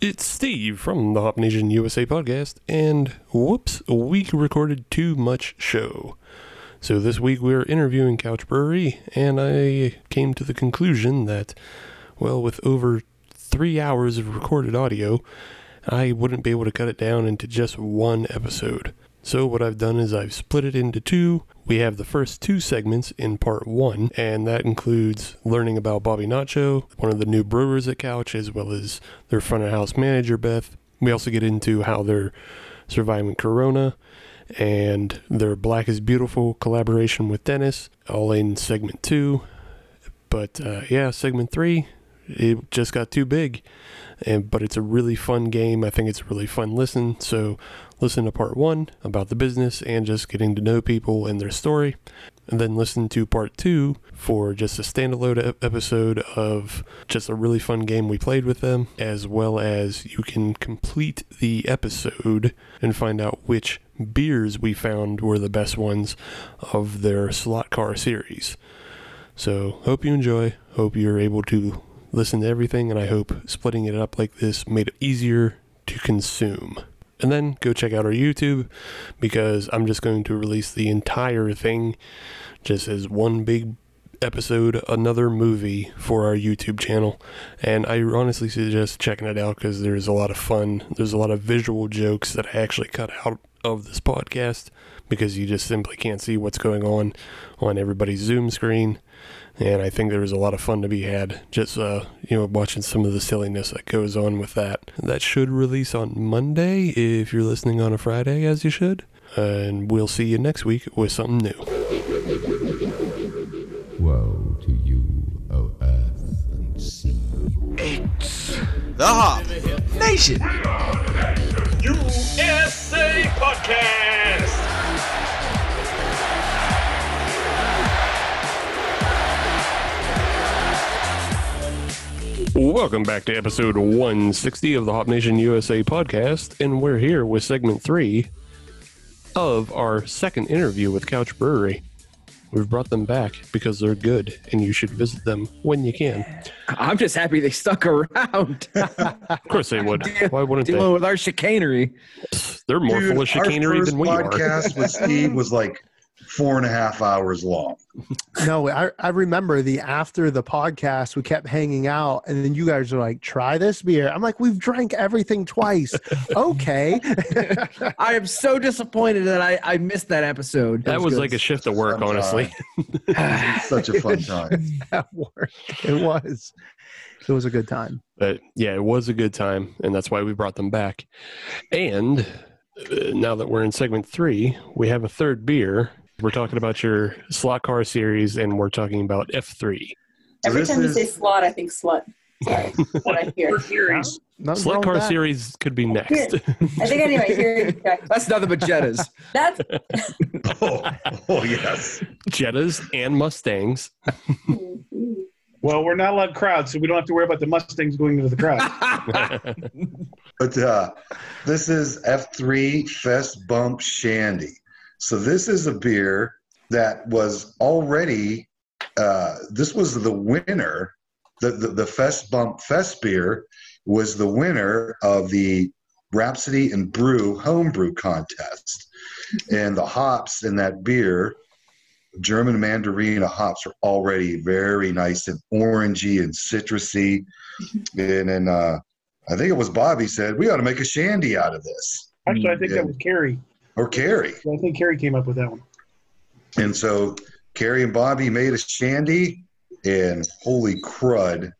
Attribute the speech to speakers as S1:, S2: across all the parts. S1: It's Steve from the Hop Nation USA podcast, and whoops, we recorded too much show. So this week we are interviewing Couch Brewery, and I came to the conclusion that, well, with over three hours of recorded audio, I wouldn't be able to cut it down into just one episode. So what I've done is I've split it into two. We have the first two segments in part one, and that includes learning about Bobby Nacho, one of the new brewers at Couch, as well as their front of house manager Beth. We also get into how they're surviving Corona and their Black is Beautiful collaboration with Dennis, all in segment two. But uh, yeah, segment three, it just got too big and but it's a really fun game. I think it's a really fun listen. So listen to part one about the business and just getting to know people and their story, and then listen to part two for just a standalone ep- episode of just a really fun game we played with them, as well as you can complete the episode and find out which beers we found were the best ones of their slot car series. So, hope you enjoy. Hope you're able to listen to everything, and I hope splitting it up like this made it easier to consume. And then go check out our YouTube because I'm just going to release the entire thing just as one big episode, another movie for our YouTube channel. And I honestly suggest checking it out because there's a lot of fun. There's a lot of visual jokes that I actually cut out of this podcast because you just simply can't see what's going on on everybody's Zoom screen and I think there was a lot of fun to be had just uh, you know watching some of the silliness that goes on with that. That should release on Monday if you're listening on a Friday, as you should. And we'll see you next week with something new.
S2: Woe to you, O earth and sea.
S3: The Hop Nation.
S4: USA Podcast.
S1: Welcome back to episode 160 of the Hop Nation USA podcast, and we're here with segment three of our second interview with Couch Brewery. We've brought them back because they're good, and you should visit them when you can.
S5: I'm just happy they stuck around
S1: Of course, they would. Why wouldn't they?
S5: dealing with our chicanery.
S1: They're more
S6: Dude,
S1: full of chicanery
S6: our first
S1: than we are.
S6: podcast with Steve was like four and a half hours long.
S7: No, I, I remember the after the podcast, we kept hanging out, and then you guys were like, try this beer. I'm like, we've drank everything twice. okay.
S5: I am so disappointed that I, I missed that episode.
S1: That was like a shift of work,
S6: Sometime.
S1: honestly.
S6: Such a fun time.
S7: That worked. It was. It was a good time.
S1: But yeah, it was a good time, and that's why we brought them back. And uh, now that we're in segment three, we have a third beer. We're talking about your slot car series, and we're talking about F3.
S6: So
S8: Every
S6: this
S8: time you
S6: is-
S8: say slut, I think slut. Sorry, that's what I hear.
S7: Nothing wrong
S1: Slot car
S7: with that.
S1: series could be next.
S8: I think I need my hearing checked.
S5: That's nothing but Jettas.
S8: That's
S6: Oh, oh, yes.
S1: Jettas and Mustangs.
S4: Well, we're not allowed crowds, so we don't have to worry about the Mustangs going into the crowd.
S6: But uh, this is F3 Fest Bump Shandy. So this is a beer that was already, uh, this was the winner. The, the, the Fest Bump Fest beer was the winner of the Rhapsody and Brew homebrew contest. And the hops in that beer, German Mandarina hops, are already very nice and orangey and citrusy. And then uh, I think it was Bobby said we ought to make a shandy out of this
S4: Actually, I think that was Carrie.
S6: or Carrie.
S4: I think Carrie came up with that one.
S6: And so Carrie and Bobby made a shandy, and holy crud,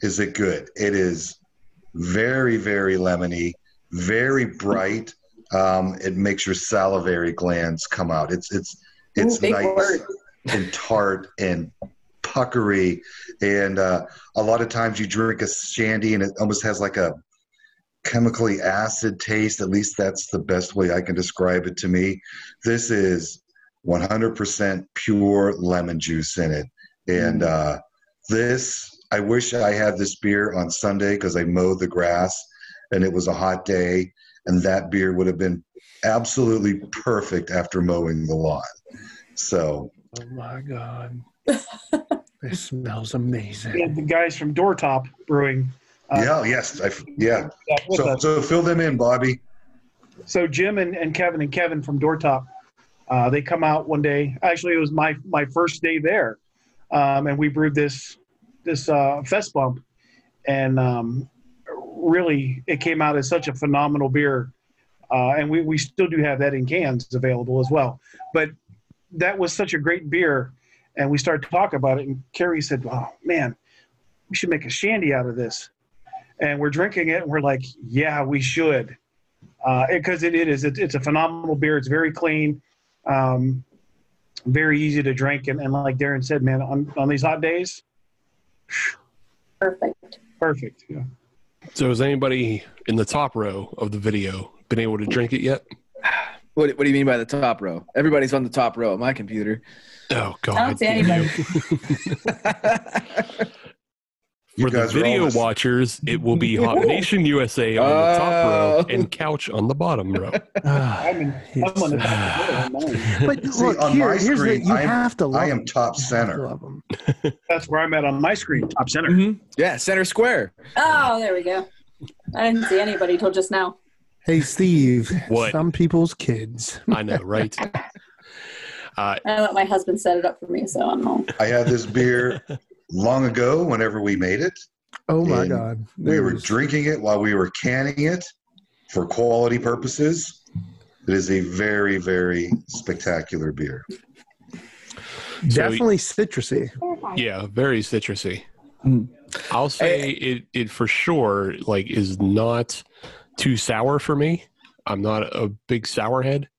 S6: is it good? It is very, very lemony, very bright. Um, it makes your salivary glands come out. It's it's it's
S8: Ooh, big
S6: nice
S8: word.
S6: and tart and puckery, and uh, a lot of times you drink a shandy and it almost has like a chemically acid taste. At least that's the best way I can describe it to me. This is 100% pure lemon juice in it. And uh, this, I wish I had this beer on Sunday because I mowed the grass and it was a hot day, and that beer would have been absolutely perfect after mowing the lawn. So,
S4: Oh my God!
S7: It smells amazing.
S4: And the guys from Doortop Brewing
S6: yeah, yes. I, f- yeah.
S4: Yeah, with
S6: So,
S4: us.
S6: so fill them in, Bobby.
S4: so Jim and, and Kevin and Kevin from Doortop, uh, they come out one day. Actually, it was my my first day there, um, and we brewed this this uh, fest bump, and um, really it came out as such a phenomenal beer, uh, and we we still do have that in cans available as well. But that was such a great beer, and we started talking about it, and Carrie said, "Oh man, we should make a shandy out of this," and we're drinking it, and we're like, "Yeah, we should." because Uh, it, it is it, it's a phenomenal beer. It's very clean, um, very easy to drink, and, and like Darren said, man, on, on these hot days,
S8: Perfect.
S4: perfect. Yeah.
S1: So has anybody in the top row of the video been able to drink it yet?
S5: What, what do you mean by the top row? Everybody's on the top row of my computer.
S1: Oh God!
S8: I don't see anybody.
S6: You
S1: For the
S6: guys are all
S1: video
S6: this-
S1: watchers, it will be Hot Nation USA on the top row
S5: Oh.
S1: and Couch on the bottom row.
S4: I'm in, I'm on the top of the world, man.
S7: Ah, but
S6: See,
S7: look,
S6: on
S7: here,
S6: my
S7: here's
S6: screen,
S7: the, you
S6: I am-
S7: have to love
S6: I am top
S7: them.
S6: center.
S7: Love them.
S4: That's where I'm at on my screen, top center.
S5: Mhm. Yeah, center square.
S8: Oh, there we go. I didn't see anybody till just now.
S7: Hey, Steve.
S1: What?
S7: Some people's kids.
S1: I know, right? Uh,
S8: I let my husband set it up for me, so I'm home.
S6: I had this beer long ago whenever we made it.
S7: Oh my
S6: And
S7: God.
S6: We
S7: It
S6: were
S7: was-
S6: drinking it while we were canning it for quality purposes. It is a very, very spectacular beer.
S7: definitely citrusy.
S1: yeah, very citrusy.
S5: Mm.
S1: I'll say it, it for sure like is not too sour for me. I'm not a big sour head,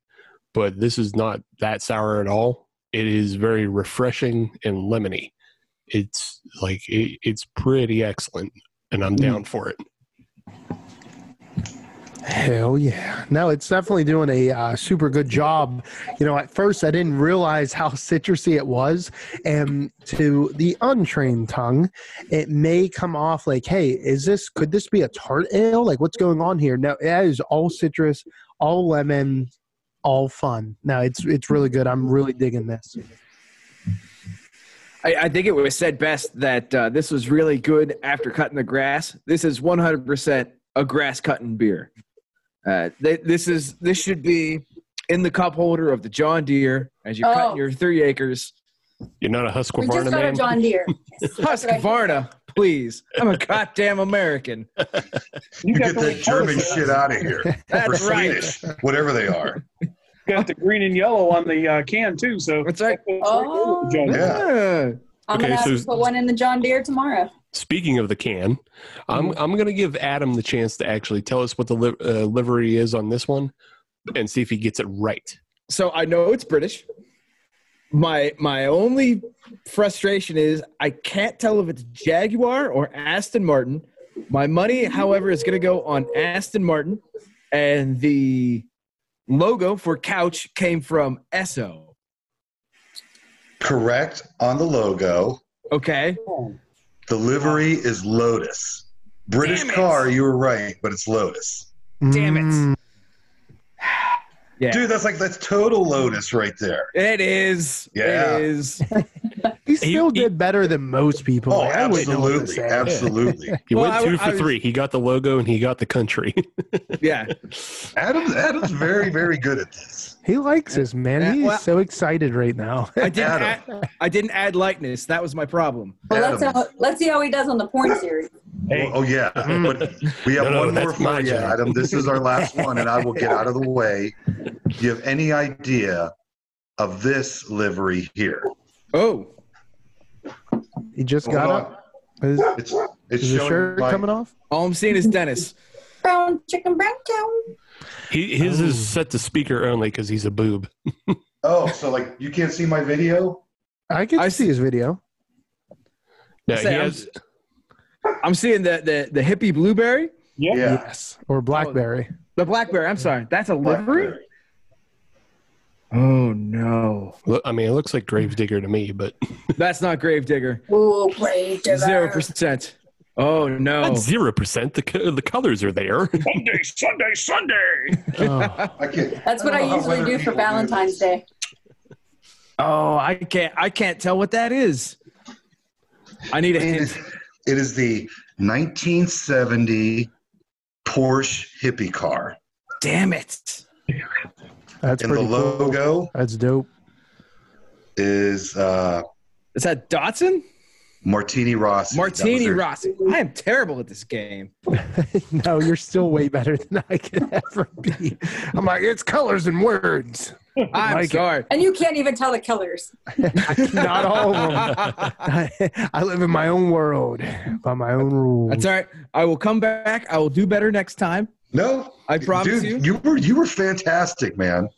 S1: but this is not that sour at all. It is very refreshing and lemony. It's like it, it's pretty excellent, and I'm down for it.
S7: Hell yeah. No, it's definitely doing a uh, super good job. You know, at first I didn't realize how citrusy it was. And to the untrained tongue, it may come off like, hey, is this, could this be a tart ale? Like, what's going on here? No, it is all citrus, all lemon, all fun. No, it's it's really good. I'm really digging this.
S5: I, I think it was said best that uh, this was really good after cutting the grass. This is 100% a grass cutting beer. Uh, th- this is this should be in the cup holder of the John Deere as you
S8: Oh.
S5: cut your three acres.
S1: You're not a
S8: We just
S1: Husqvarna
S8: got a
S1: man.
S8: John Deere. Yes, that's what I-
S5: Husqvarna, please. I'm a goddamn American.
S6: You
S4: got
S6: get
S4: the
S6: that
S4: little
S6: German
S4: colors.
S6: shit out of here. Or
S5: That's right.
S6: Swedish, whatever they are.
S4: You got the green and yellow on the uh, can too. So
S5: That's right.
S8: Oh.
S4: John,
S6: Yeah.
S8: I'm
S1: Okay,
S8: gonna have
S1: so-
S8: to put one in the John Deere tomorrow.
S1: Speaking of the can, I'm I'm gonna give Adam the chance to actually tell us what the li- uh, livery is on this one, and see if he gets it right.
S5: So I know it's British. My my only frustration is I can't tell if it's Jaguar or Aston Martin. My money, however, is going to go on Aston Martin, and the logo for couch came from Esso.
S6: Correct on the logo.
S5: Okay,
S6: The livery is Lotus. British
S5: Damn it.
S6: car, you were right, but it's Lotus.
S5: Damn it.
S7: Mm,
S5: yeah,
S6: Dude, that's like that's total Lotus right there.
S5: it is.
S6: Yeah.
S5: it is.
S7: he still
S1: he-
S7: did better than most people.
S6: Oh,
S7: Like, I wouldn't know what to
S6: absolutely,
S7: say.
S6: absolutely.
S1: He
S5: Well,
S1: went
S5: I-
S1: two
S5: I
S1: for
S5: was-
S1: three. He got the logo and he got the country.
S5: Yeah,
S6: Adam's Adam's very very good at this.
S7: He likes this, man.
S5: Yeah,
S7: He is
S5: well-
S7: so excited right now.
S5: I didn't.
S6: Adam.
S5: Add, I didn't add likeness. That was my problem.
S8: Well, let's,
S6: Adam.
S8: how, let's see how he does on the porn series.
S4: Hey.
S6: Oh yeah, but we have
S1: No, no,
S6: one more
S1: that's my
S6: for you,
S1: job.
S6: Adam. This is our last one, and I will get out of the way. Do you have any idea of this livery here?
S5: Oh,
S7: He just
S6: Hold
S7: got
S6: on.
S7: up. Is,
S6: It's it's
S7: is the
S6: showing
S7: shirt
S6: my-
S7: coming off?
S5: all I'm seeing is Dennis.
S8: Brown chicken, brown cow.
S1: he, his is set to speaker only because he's a boob.
S6: Oh, so like you can't see my video?
S7: I can
S5: I
S7: see his video.
S1: No, he
S5: Say, I'm-
S1: has,
S5: I'm seeing the the the hippie blueberry,
S4: yeah.
S6: Yeah.
S7: Yes. Or BlackBerry.
S5: the blackberry. I'm sorry, that's a livery.
S6: Blackberry.
S5: Oh no.
S1: lo- I mean, it looks like Gravedigger to me, but
S5: That's not Gravedigger.
S8: Ooh, great.
S5: Zero percent. Oh no.
S1: not zero percent. The co- the colors are there.
S4: Sunday, Sunday, Sunday.
S7: Oh.
S6: I can't.
S8: That's what I
S6: don't know how
S8: usually
S6: other
S8: do for
S6: people this.
S8: Valentine's Day.
S5: Oh, I can't I can't tell what that is. I need a
S6: It
S5: hint.
S6: is, it is the 1970 Porsche hippie car.
S5: Damn it.
S7: That's
S6: And the
S7: pretty cool.
S6: logo
S7: That's dope.
S6: is uh,
S5: Is that Dotson?
S6: Martini Rossi. That was
S5: Martini
S6: their-
S5: Rossi. I am terrible at this game.
S7: no, you're still way better than I could ever be. I'm like, it's colors and words.
S5: I'm
S7: Like it.
S5: sorry.
S8: And you can't even tell the colors.
S7: Not all of them. I, I live in my own world by my own rules.
S5: That's all right. I will come back. I will do better next time.
S6: No,
S5: I promise
S6: dude,
S5: you.
S6: you were you were fantastic, man.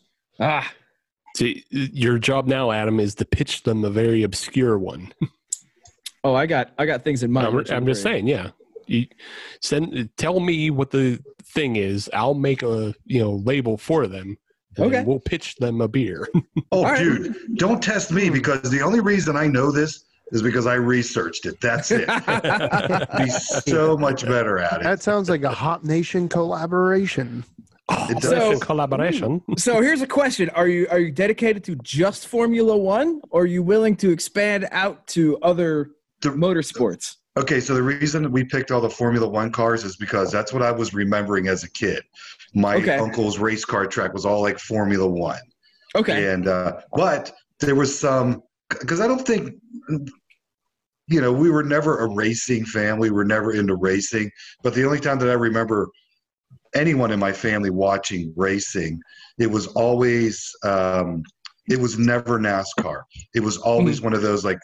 S5: Ah,
S1: See, your job now, Adam, is to pitch them a very obscure one.
S5: oh, I got I got things in mind.
S1: I'm,
S5: which
S1: I'm just
S5: great.
S1: saying, yeah. You send, tell me what the thing is. I'll make a you know label for them. and
S5: Okay.
S1: we'll pitch them a beer.
S6: Oh,
S5: right. Hmm.
S6: dude, don't test me because the only reason I know this is because I researched it. That's it. Be so much better at it.
S7: That sounds like a Hop Nation collaboration.
S6: It does.
S5: So-
S1: collaboration.
S5: so here's a question: Are you are you dedicated to just Formula One, or are you willing to expand out to other
S6: The-
S5: motorsports?
S6: Okay, so the reason we picked all the Formula One cars is because that's what I was remembering as a kid. My
S5: Okay.
S6: uncle's race car track was all like Formula One.
S5: Okay.
S6: And uh, but there was some because I don't think you know we were never a racing family. We were never into racing. But the only time that I remember anyone in my family watching racing, it was always um, it was never NASCAR. It was always
S5: Hmm.
S6: one of those like.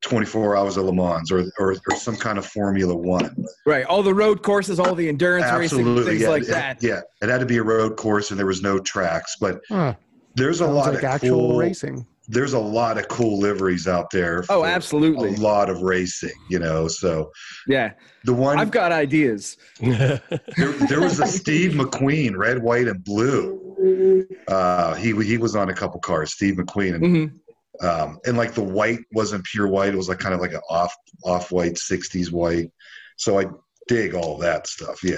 S6: 24 hours of Le Mans or, or, or some kind of Formula One.
S5: Right. All the road courses, all the endurance racing, things
S6: yeah,
S5: like
S6: it-
S5: that.
S6: Yeah, it had to be a road course and there was no tracks, but
S7: Huh.
S6: there's a
S7: Sounds
S6: lot
S7: like
S6: of
S7: actual
S6: cool,
S7: racing.
S6: there's a lot of cool liveries out there.
S5: Oh,
S6: for
S5: absolutely.
S6: A lot of racing, you know. So
S5: Yeah.
S6: the one
S5: I've got ideas.
S6: there, there was a Steve McQueen, red, white, and blue. Uh, he he was on a couple cars, Steve McQueen, and
S5: hmm
S6: um, and like the white wasn't pure white; it was like kind of like an off off white, '60s white. So I dig all that stuff, yeah.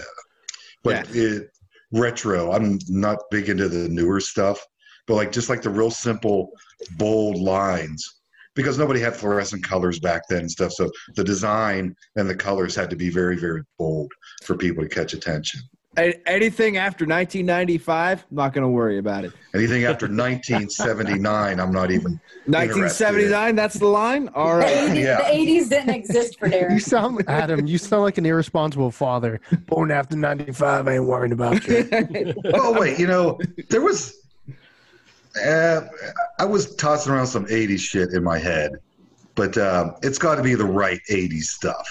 S6: But it, retro, I'm not big into the newer stuff, but like just like the real simple, bold lines because nobody had fluorescent colors back then and stuff. So the design and the colors had to be very, very bold for people to catch attention.
S5: Anything after 1995, I'm not going to worry about it.
S6: Anything after 1979, I'm not even.
S5: 1979, that's the line. All
S8: The
S5: right.
S8: 80s,
S6: Yeah.
S8: the 80s didn't exist for
S7: You
S8: Darren.
S7: sound, Adam. You sound like an irresponsible father. Born after '95, I ain't worrying about you.
S6: Oh wait, you know there was. Uh, I was tossing around some 80s shit in my head, but um, it's got to be the right 80s stuff.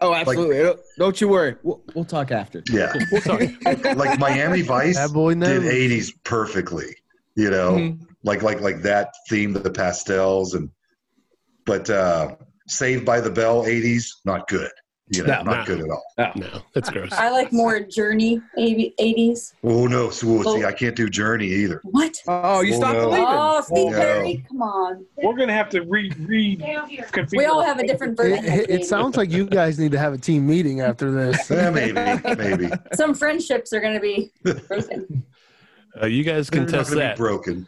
S5: oh, absolutely. Don't- Don't you worry. We'll, we'll talk after.
S6: Yeah,
S1: We'll talk.
S6: like Miami Vice
S7: That boy
S6: did
S7: knows.
S6: 80s perfectly. You know,
S1: Mm-hmm.
S5: Mhm.
S6: like like like that theme, the pastels, and but uh, Saved by the Bell 80s, not good. You know,
S5: No,
S6: not
S1: no.
S6: good at all.
S1: No, that's gross.
S8: I like more Journey 80- 80s.
S6: Oh no, so, see,
S8: Oh.
S6: I can't do Journey either.
S8: What?
S5: Oh, you
S6: Oh,
S5: stopped
S6: no.
S5: believing.
S8: Oh, Steve
S6: No.
S8: Perry, come on.
S4: We're gonna have to re re configure.
S8: We all have a different version.
S7: It,
S8: of
S7: it, it
S8: 80s.
S7: sounds like you guys need to have a team meeting after this.
S6: Eh, maybe, maybe.
S8: Some friendships are going to be broken.
S1: Uh, you guys can
S6: They're not
S1: test
S6: gonna
S1: that.
S6: Be broken.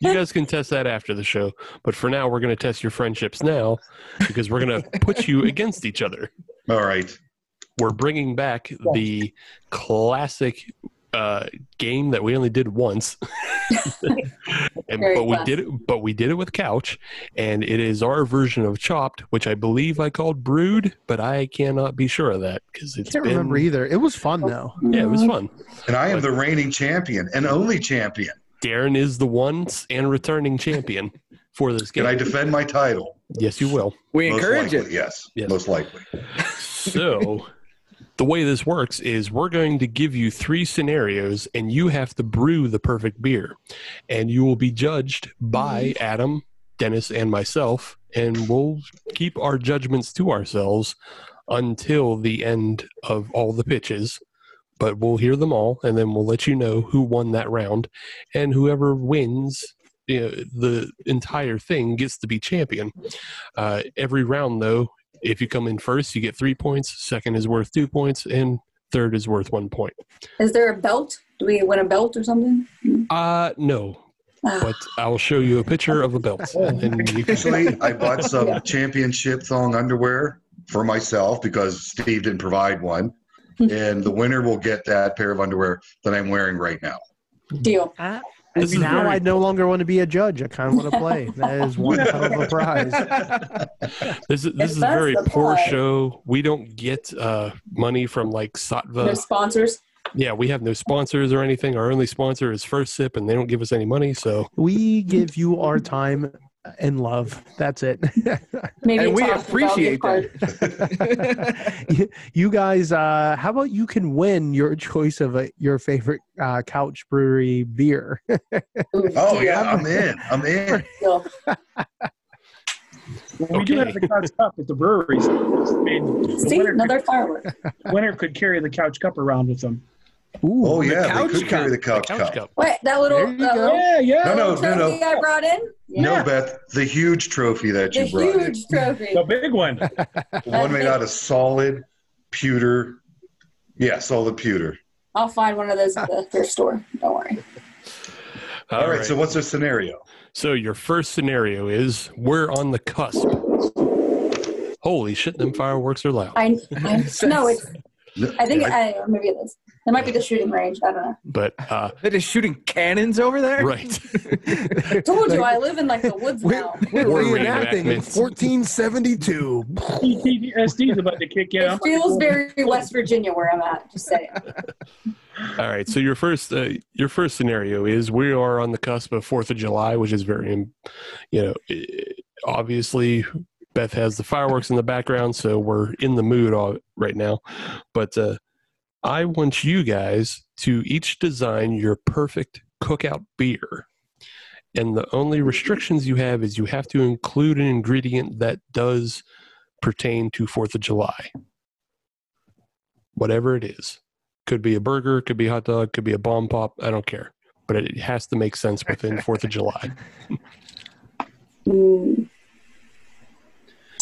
S1: You guys can test that after the show. But for now, we're going to test your friendships now because we're going to put you against each other.
S6: All right.
S1: We're bringing back the classic uh, game that we only did once, and,
S8: Very
S1: but we
S8: classic.
S1: did it. But we did it with Couch, and it is our version of Chopped, which I believe I called Brewed, but I cannot be sure of that because it's
S7: Can't
S1: been-
S7: remember either. It was fun though.
S1: Yeah, it was fun.
S6: And I am the reigning champion and only champion.
S1: Darren is the once and returning champion for this game.
S6: Can I defend my title?
S1: yes, you will.
S5: We
S6: Most
S5: encourage
S6: likely,
S5: it.
S6: Yes,
S1: Yes.
S6: Most likely.
S1: So, the way this works is we're going to give you three scenarios, and you have to brew the perfect beer. And you will be judged by Adam, Dennis, and myself, and we'll keep our judgments to ourselves until the end of all the pitches. But we'll hear them all, and then we'll let you know who won that round. And whoever wins you know, the entire thing gets to be champion. Uh, every round, though, if you come in first, you get three points. Second is worth two points, and third is worth one point.
S8: Mm-hmm. Is there a belt? Do we win a belt or something?
S1: Uh no, but I'll show you a picture of a belt, and you can,
S6: Actually, I bought some
S8: Yeah.
S6: championship thong underwear for myself because Steve didn't provide one. and the winner will get that pair of underwear that I'm wearing right now.
S8: Deal.
S7: Ah,
S1: This is
S7: and now
S1: very-
S7: I no longer want to be a judge. I kind of want to play. That is one hell of a prize.
S1: This is this is a
S8: that's
S1: very
S8: the
S1: poor
S8: play.
S1: show. We don't get uh, money from like Satva.
S8: no sponsors.
S1: Yeah, we have no sponsors or anything. Our only sponsor is First Sip, and they don't give us any money. So
S7: We give you our time and love. That's it.
S8: Maybe
S5: and we
S8: talk about
S5: appreciate
S8: gift card.
S5: that.
S7: You- you guys, uh, how about you can win your choice of a, your favorite uh, couch brewery beer?
S8: Ooh,
S6: Oh
S8: deal.
S6: yeah, I'm in. I'm in.
S8: Deal.
S4: Well, we do
S1: Okay.
S4: have the couch cup at the breweries. I mean, the
S8: See,
S4: winner,
S8: another firework.
S4: could, winner could carry the couch cup around with them.
S7: Ooh,
S6: Oh yeah,
S5: couch
S6: they could carry
S5: cup.
S6: the couch,
S1: couch
S6: cup.
S1: cup.
S8: Wait, that little,
S7: There you
S8: that
S7: go.
S8: little
S4: Yeah, yeah.
S6: No, no, no,
S8: trophy
S6: no.
S8: I brought in?
S6: No,
S8: Yeah.
S6: Beth, the huge trophy that you
S8: the
S6: brought. in.
S8: huge trophy.
S4: The big one.
S6: One made out of solid pewter. Yeah, solid pewter.
S8: I'll find one of those at the thrift store. Don't worry.
S6: All right, So what's the scenario?
S1: So your first scenario is we're on the cusp. Holy shit, them fireworks are loud.
S8: I, I no, it's. I think
S6: I,
S8: I, or maybe it is. It might be the shooting range. I don't know.
S1: But uh,
S5: They're just shooting cannons over there.
S1: right,
S8: Told you I live in like the woods
S7: We're,
S8: now.
S7: we're
S1: We're
S7: reenacting in
S1: reenactments.
S7: 1472.
S4: PTSD's uh, about to kick in.
S8: It feels very West Virginia where I'm at. Just saying.
S1: all right. So your first uh, your first scenario is we are on the cusp of Fourth of July, which is very, um, you know, eh, obviously Beth has the fireworks in the background, so we're in the mood all, right now. But uh, I want you guys to each design your perfect cookout beer. And the only restrictions you have is you have to include an ingredient that does pertain to Fourth of July. Whatever it is. Could be a burger, could be a hot dog, could be a bomb pop, I don't care. But it has to make sense within Fourth of July.
S8: Mm.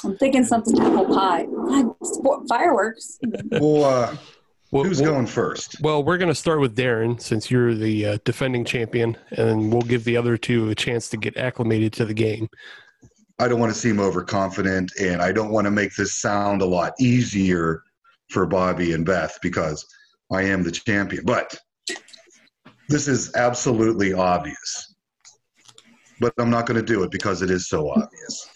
S8: I'm thinking something apple pie. God, spo- Fireworks.
S6: well, uh,
S1: Well,
S6: who's going first?
S1: Well, we're going to start with Darren since you're the uh, defending champion, and we'll give the other two a chance to get acclimated to the game.
S6: I don't want to seem overconfident, and I don't want to make this sound a lot easier for Bobby and Beth because I am the champion. But this is absolutely obvious. But I'm not going to do it because it is so obvious.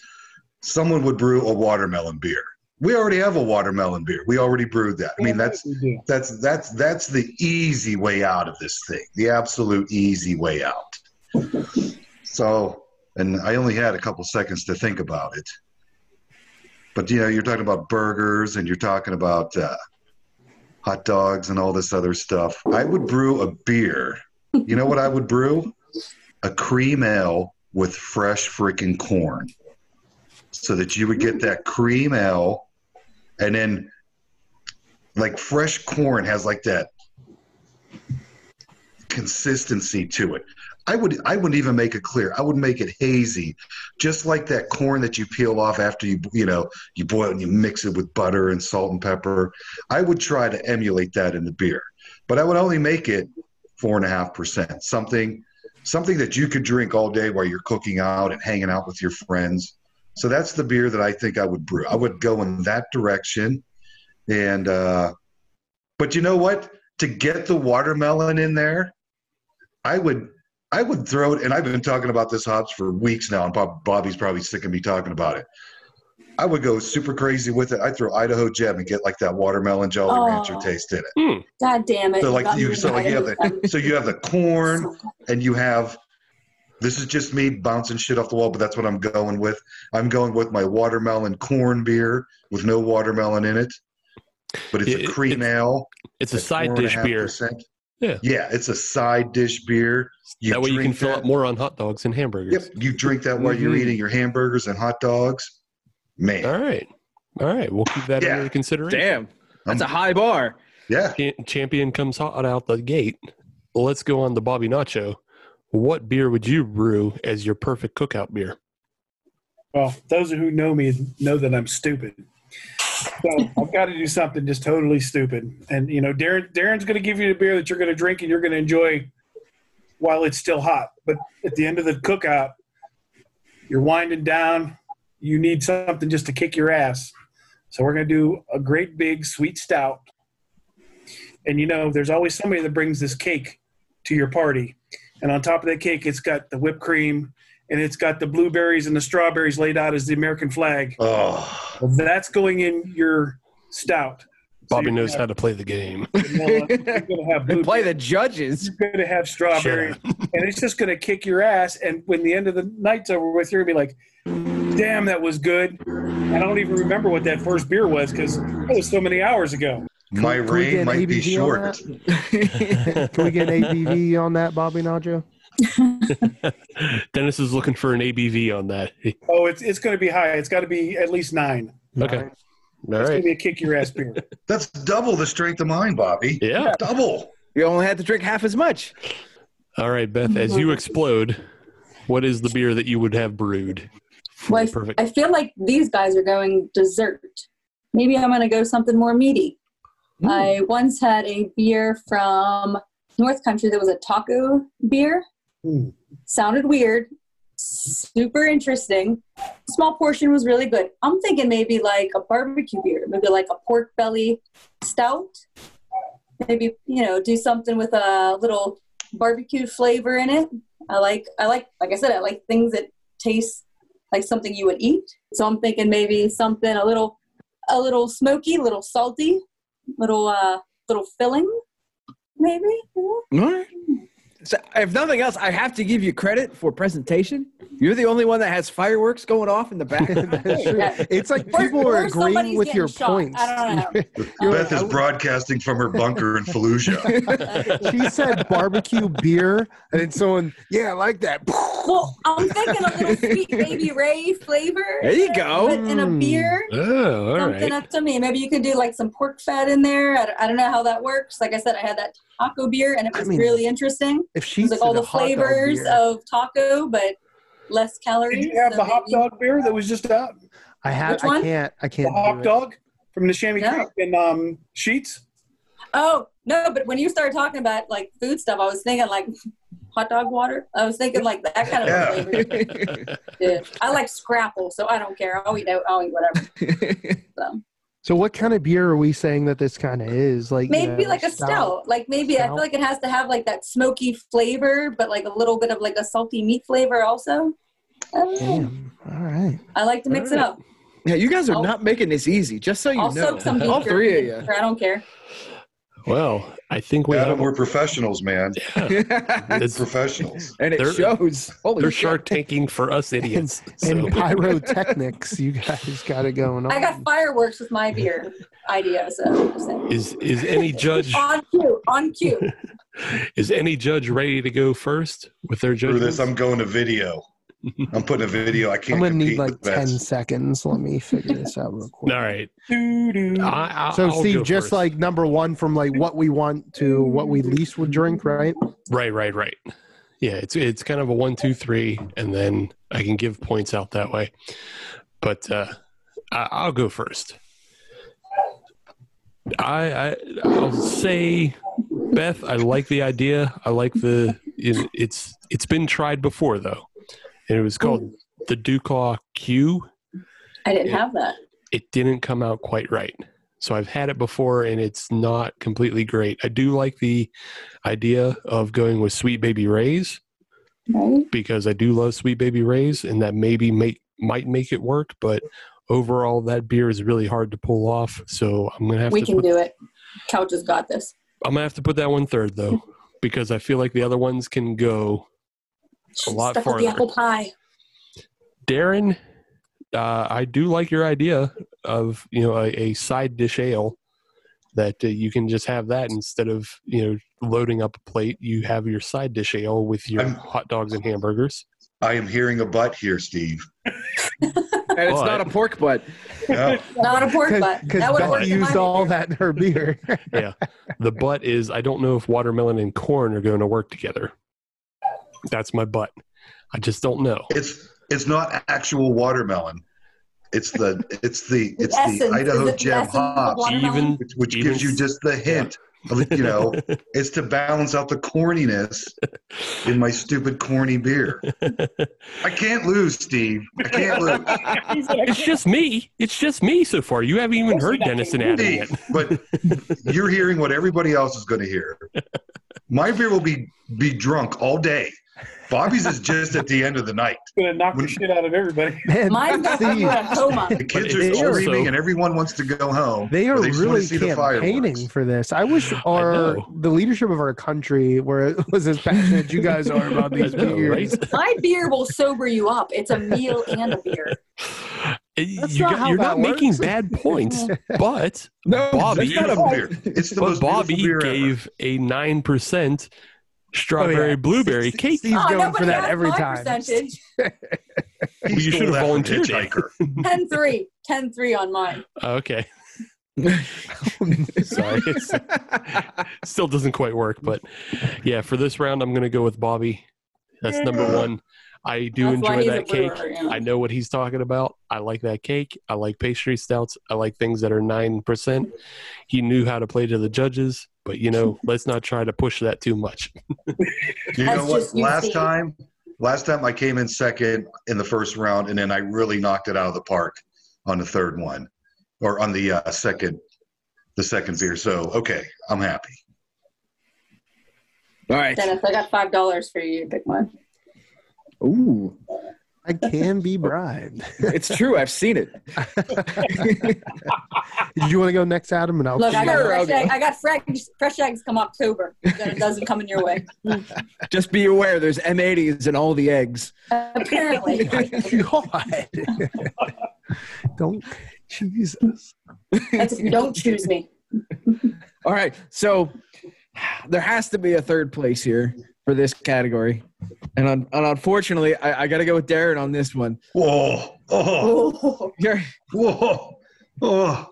S6: Someone would brew a watermelon beer. We already have a watermelon beer. We already brewed that. I mean, that's
S4: We do.
S6: that's that's that's the easy way out of this thing the absolute easy way out so and i only had a couple seconds to think about it but you know you're talking about burgers and you're talking about uh, hot dogs and all this other stuff i would brew a beer you know what i would brew a cream ale with fresh freaking corn so that you would get that cream ale and then like fresh corn has like that consistency to it. I would I wouldn't even make it clear. I would make it hazy, just like that corn that you peel off after you you know you boil and you mix it with butter and salt and pepper. I would try to emulate that in the beer, but I would only make it four and a half percent something something that you could drink all day while you're cooking out and hanging out with your friends. So that's the beer that I think I would brew. I would go in that direction and uh, but you know what? To get the watermelon in there, I would I would throw it. And I've been talking about this hops for weeks now, and Bob, Bobby's probably sick of me talking about it. I would go super crazy with it. I throw Idaho Gem and get like that watermelon Jolly
S8: Oh.
S6: Rancher taste in it.
S8: God damn it.
S6: So like
S8: got
S6: you,
S8: me
S6: so like you have
S8: invited to
S6: the, so you have the corn,
S8: them.
S6: and you have this is just me bouncing shit off the wall, but that's what I'm going with. I'm going with my watermelon corn beer with no watermelon in it, but it's
S1: It- it-
S6: a cream
S1: it's
S6: ale.
S1: It's a
S6: at
S1: side dish beer.
S6: 4.5%.
S1: Yeah.
S6: yeah, it's a side dish beer. You
S1: that way you can
S6: drink
S1: fill
S6: that-
S1: up more on hot dogs and
S6: Yep,
S1: hamburgers.
S6: you drink that while you're
S5: Mhm.
S6: eating your hamburgers and hot dogs. Man,
S1: All right. All right. We'll keep that
S6: Yeah.
S1: under consideration.
S5: Damn, that's
S1: Um,
S5: a high bar.
S6: yeah,
S1: Cha- Champion comes hot out the gate. Let's go on the Bobby Nacho. What beer would you brew as your perfect cookout beer?
S4: Well, those who know me know that I'm stupid. So I've got to do something just totally stupid. And you know, Darren Darren's going to give you the beer that you're going to drink and you're going to enjoy while it's still hot. But at the end of the cookout, you're winding down. You need something just to kick your ass. So we're going to do a great big sweet stout. And you know, there's always somebody that brings this cake to your party. And on top of that cake, it's got the whipped cream and it's got the blueberries and the strawberries laid out as the American flag.
S6: Oh,
S4: Well, that's going in your stout.
S1: Bobby
S4: you're
S1: knows
S4: gonna
S1: how to play the game.
S4: have vanilla, You're going to have
S5: And play
S4: blueberries.
S5: the judges.
S4: You're going to have strawberries. and it's just going to kick your ass. And when the end of the night's over with, you're going to be like, damn, that was good. And I don't even remember what that first beer was because it was so many hours ago.
S6: my
S7: Can we get
S6: reign
S7: an
S6: might be
S7: ABV on
S6: short.
S7: that? Can we get an ABV on that, Bobby Najo?
S1: Dennis is looking for an ABV on that.
S4: Oh, it's, it's going to be high. It's got to be at least nine.
S1: Okay. All
S4: It's going
S1: right.
S4: to be a kick your ass beer.
S6: That's double the strength of mine, Bobby.
S1: Yeah.
S6: Double.
S5: You only had to drink half as much.
S1: All right, Beth, as you explode, what is the beer that you would have brewed?
S8: Well, I, f-
S1: Perfect.
S8: I feel like these guys are going dessert. Maybe I'm going to go something more meaty. I once had a beer from North Country that was a taco beer.
S4: Mm.
S8: Sounded weird, super interesting. Small portion was really good. I'm thinking maybe like a barbecue beer, maybe like a pork belly stout. Maybe you know do something with a little barbecue flavor in it. I like I like like I said I like things that taste like something you would eat. So I'm thinking maybe something a little a little smoky, a little salty, little uh little filling, maybe. you
S5: All right. So, if nothing else, I have to give you credit for presentation. You're the only one that has fireworks going off in the background.
S7: That's true.
S8: Yeah.
S7: It's like
S8: Or-
S7: people
S8: or
S7: are agreeing
S8: somebody's
S7: with your
S8: getting shot.
S7: points.
S8: I know.
S6: Beth is broadcasting from her bunker in Fallujah.
S7: she said barbecue beer, and then someone, yeah, I like that.
S8: Well, I'm thinking a little sweet baby Ray flavor.
S5: There you go.
S8: But in a
S7: Mm.
S8: beer.
S1: Oh, all
S8: Something
S1: right.
S8: up to me. Maybe you can do like some pork fat in there. I don't, I don't know how that works. Like I said, I had that taco beer and it
S7: I
S8: was
S7: mean,
S8: really interesting.
S7: If
S8: It
S7: she's
S8: was like all the flavors of taco, but less calories.
S4: Did you have
S8: so
S4: the hot
S8: maybe-
S4: dog beer that was just out?
S7: I have,
S8: Which one?
S7: I can't, I can't.
S4: The hot
S7: do it.
S4: dog from the Shammy
S8: No.
S4: Creek and um, Sheets?
S8: Oh no, but when you started talking about like food stuff, I was thinking like hot dog water. I was thinking like that kind of
S6: Yeah.
S8: flavor. Yeah. I like scrapple, so I don't care. I'll eat out. I'll eat whatever. So.
S7: So, what kind of beer are we saying that this kind of is? Like you
S8: Maybe
S7: know,
S8: like a stout. Like maybe I feel
S7: Stout.
S8: like it has to have like that smoky flavor, but like a little bit of like a salty meat flavor also. I don't know.
S7: Damn. All right.
S8: I like to mix it up.
S5: yeah, you guys are
S8: I'll-
S5: not making this easy. Just so you
S8: I'll
S5: know,
S8: soak some
S5: all
S8: ginger
S5: three of
S8: in it. I don't care.
S1: Well, I think we
S6: Adam,
S1: have.
S6: we're professionals, man.
S5: you,
S1: It's,
S6: Professionals.
S5: and it
S1: They're-
S5: shows. Holy
S1: they're
S5: shit.
S1: shark tanking for us idiots. So.
S7: And pyrotechnics, you guys got it going on.
S8: I got fireworks with my beer idea, so just saying.
S1: Is is any judge
S8: on cue, on cue.
S1: is any judge ready to go first with their
S6: Through
S1: judgment?
S6: this, I'm going to video. I'm putting a video. I
S7: I'm
S6: can't
S7: gonna
S6: compete
S7: need like
S6: with
S7: ten
S6: Beth.
S7: seconds. Let me figure this out real quick.
S1: All right.
S4: Doo-doo.
S1: I, I,
S7: So,
S1: I'll
S7: Steve,
S1: go
S7: just
S1: first.
S7: like number one from like what we want to what we least would drink, right?
S1: right, right, right. Yeah, it's it's kind of a one, two, three, and then I can give points out that way. But uh, I, I'll go first. I, I I'll say, Beth, I like the idea. I like the it, it's it's been tried before though, and it was called the Duclaw Q.
S8: I didn't have that.
S1: it didn't come out quite right. So I've had it before and it's not completely great. I do like the idea of going with Sweet Baby Ray's
S8: Right?
S1: because I do love Sweet Baby Ray's and that maybe make, might make it work, but overall that beer is really hard to pull off. So I'm going to have
S8: We
S1: to
S8: can
S1: put,
S8: do it. Couch has got this.
S1: I'm going to have to put that one third though because I feel like the other ones can go A lot
S8: Stuck with the
S1: farther.
S8: apple pie.
S1: Darren, uh, I do like your idea of you know a, a side dish ale that uh, you can just have that instead of you know loading up a plate. You have your side dish ale with your
S6: I'm-
S1: hot dogs and hamburgers.
S6: I am hearing a butt here, Steve.
S5: and it's
S1: But-
S5: not a pork butt.
S6: No.
S8: Not a pork butt.
S7: Because
S8: That would
S1: Beth
S8: work.
S7: Beth
S8: in my
S7: used all
S8: favor.
S7: that in her beer.
S1: The butt is I don't know if watermelon and corn are going to work together. That's my butt. I just don't know.
S6: It's it's not actual watermelon. It's the it's the it's
S8: Essence.
S6: the
S8: Is
S6: Idaho
S8: it
S6: Gem
S8: essence of
S6: hops,
S8: watermelon?
S1: Even
S6: which, which
S1: Even-
S6: gives you just the hint you know, it's to balance out the corniness in my stupid corny beer. I can't lose, Steve. I can't lose,
S1: It's just me. It's just me so far. You haven't even
S9: Yes,
S1: heard
S9: you got
S1: Dennis
S9: me.
S1: and Adam yet.
S6: Steve. But you're hearing what everybody else is going to hear. My beer will be be drunk all day. Bobby's is just at the end of the night.
S4: gonna knock the shit out of everybody.
S7: Man,
S8: Mine's got
S7: Steve,
S8: people at home on
S6: The kids
S1: But
S6: are
S1: it's also-
S6: screaming, and everyone wants to go home.
S7: They are
S6: or just wanna
S7: really
S6: see the
S7: campaigning
S6: fireworks.
S7: for this. I wish our
S1: know.
S7: the leadership of our country were was as passionate as you guys are about these
S1: I know,
S7: beers.
S1: right?
S8: My beer will sober you up. It's a meal and a beer.
S1: you
S7: not
S1: got-
S7: how
S1: you're not
S7: that
S1: making
S7: works.
S1: bad points, but
S5: No,
S1: Bobby-
S5: that's not
S6: Beautiful
S5: a
S6: beer. It's the
S1: but
S6: most beautiful
S1: Bobby
S6: beer ever.
S1: gave a nine percent strawberry
S7: Oh, yeah.
S1: blueberry
S7: Steve-
S1: cake.
S7: Steve's
S8: Oh,
S7: going
S8: nobody
S7: for that
S8: has
S7: every
S8: my
S7: time.
S8: Percentage.
S6: He
S1: Well, you
S6: stole
S1: should have
S6: that from
S1: volunteered it.
S6: Hitchhiker.
S8: 10 3. 10 3 on mine.
S1: Oh, Okay, sorry, It's- still doesn't quite work, but yeah, for this round, I'm gonna go with Bobby. That's number one. I do
S8: That's why
S1: enjoy
S8: he's
S1: that
S8: a
S1: cake.
S8: brewer, yeah.
S1: I know what he's talking about. I like that cake. I like pastry stouts. I like things that are nine percent. He knew how to play to the judges, but you know, let's not try to push that too much.
S6: You
S8: That's
S6: know what?
S8: just you,
S6: Last
S8: Steve.
S6: time, last time I came in second in the first round, and then I really knocked it out of the park on the third one, or on the uh, second, the second beer. So okay, I'm happy.
S5: All right.
S8: Dennis, I got $5 for you, big one.
S5: Ooh,
S7: I can be bribed.
S5: it's true. I've seen it.
S7: Did you want to go next, Adam? And I'll.
S8: Look, I got,
S5: Sure,
S8: fresh,
S5: I'll
S8: egg,
S5: go.
S8: I got fresh, fresh eggs come October. Then it doesn't come in your way.
S5: Just be aware, there's M80s in all the eggs.
S8: Apparently.
S7: God. Don't Jesus.
S8: That's if you don't choose me.
S5: All right, so there has to be a third place here for this category, and, un- and unfortunately, I, I got to go with Darren on this one.
S6: Whoa, oh,
S8: Oh,
S5: You're-
S6: whoa, oh.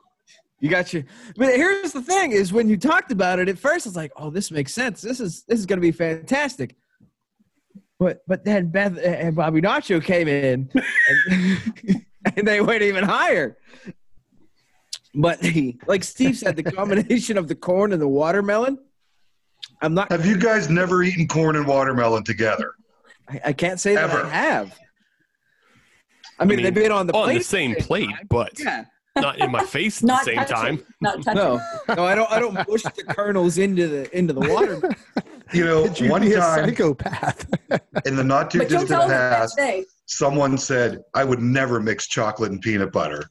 S5: You got your. But here's the thing: is when you talked about it at first, it's like, oh, this makes sense. This is this is going to be fantastic. But but then Beth and Bobby Nacho came in, and, and they went even higher. But the, like Steve said, the combination of the corn and the watermelon. I'm not.
S6: Have you guys never eaten corn and watermelon together?
S5: I, I can't say that
S6: Ever.
S5: I have. I mean,
S1: mean,
S5: they've been on the
S1: On
S5: plate
S1: the same
S5: at
S1: plate,
S5: time.
S1: but
S5: Yeah.
S1: not in my face at the
S8: not
S1: same
S8: touching.
S1: time.
S8: Not touching.
S5: No, no, I don't. I don't push the kernels into the into the water.
S6: You know,
S7: Could you
S6: one
S7: be a
S6: time
S7: psychopath?
S6: in the not too
S8: But don't
S6: distant
S8: tell them that
S6: past,
S8: day.
S6: someone said I would never mix chocolate and peanut butter,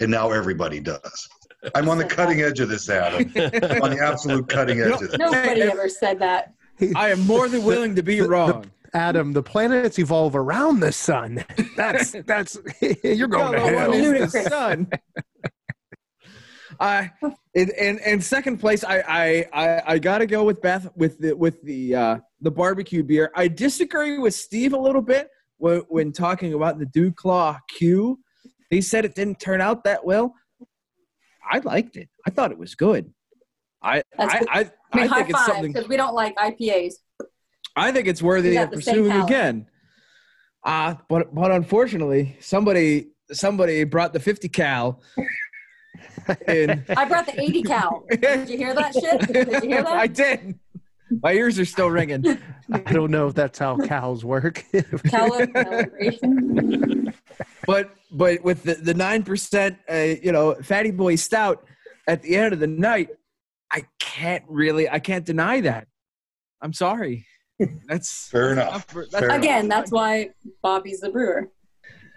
S6: and now everybody does. I'm on the cutting edge of this, Adam. on the absolute cutting edge of this.
S8: Nobody
S5: Hey,
S8: ever said that.
S5: I am more than willing to be wrong.
S7: Adam, the planets evolve around the sun. That's that's you're going to
S5: Fellow one
S7: hell.
S5: is the sun. I in, in in second place, I I I, I got to go with Beth with the with the uh, the barbecue beer. I disagree with Steve a little bit when, when talking about the Dew Claw Q. He said it didn't turn out that well. I liked it. I thought it was good. I
S8: That's
S5: I
S8: good.
S5: I,
S8: I mean,
S5: I
S8: high
S5: think it's
S8: five,
S5: something.
S8: because we don't like IPAs.
S5: I think it's
S8: We
S5: worthy
S8: got
S5: of
S8: the same
S5: pursuing
S8: palate.
S5: again. Uh, but but unfortunately, somebody somebody brought the 50 cal in.
S8: I brought the 80 cal. Did you hear that shit? Did you hear
S5: I
S8: that?
S5: did. My ears are still ringing.
S7: I don't know if that's how cows work.
S8: Cali- calibration.
S5: But but with the the nine percent, uh, you know, fatty boy stout at the end of the night, I can't really, I can't deny that. I'm sorry. That's
S6: Fair enough.
S5: that's-
S6: Fair enough.
S8: Again, that's why Bobby's the brewer.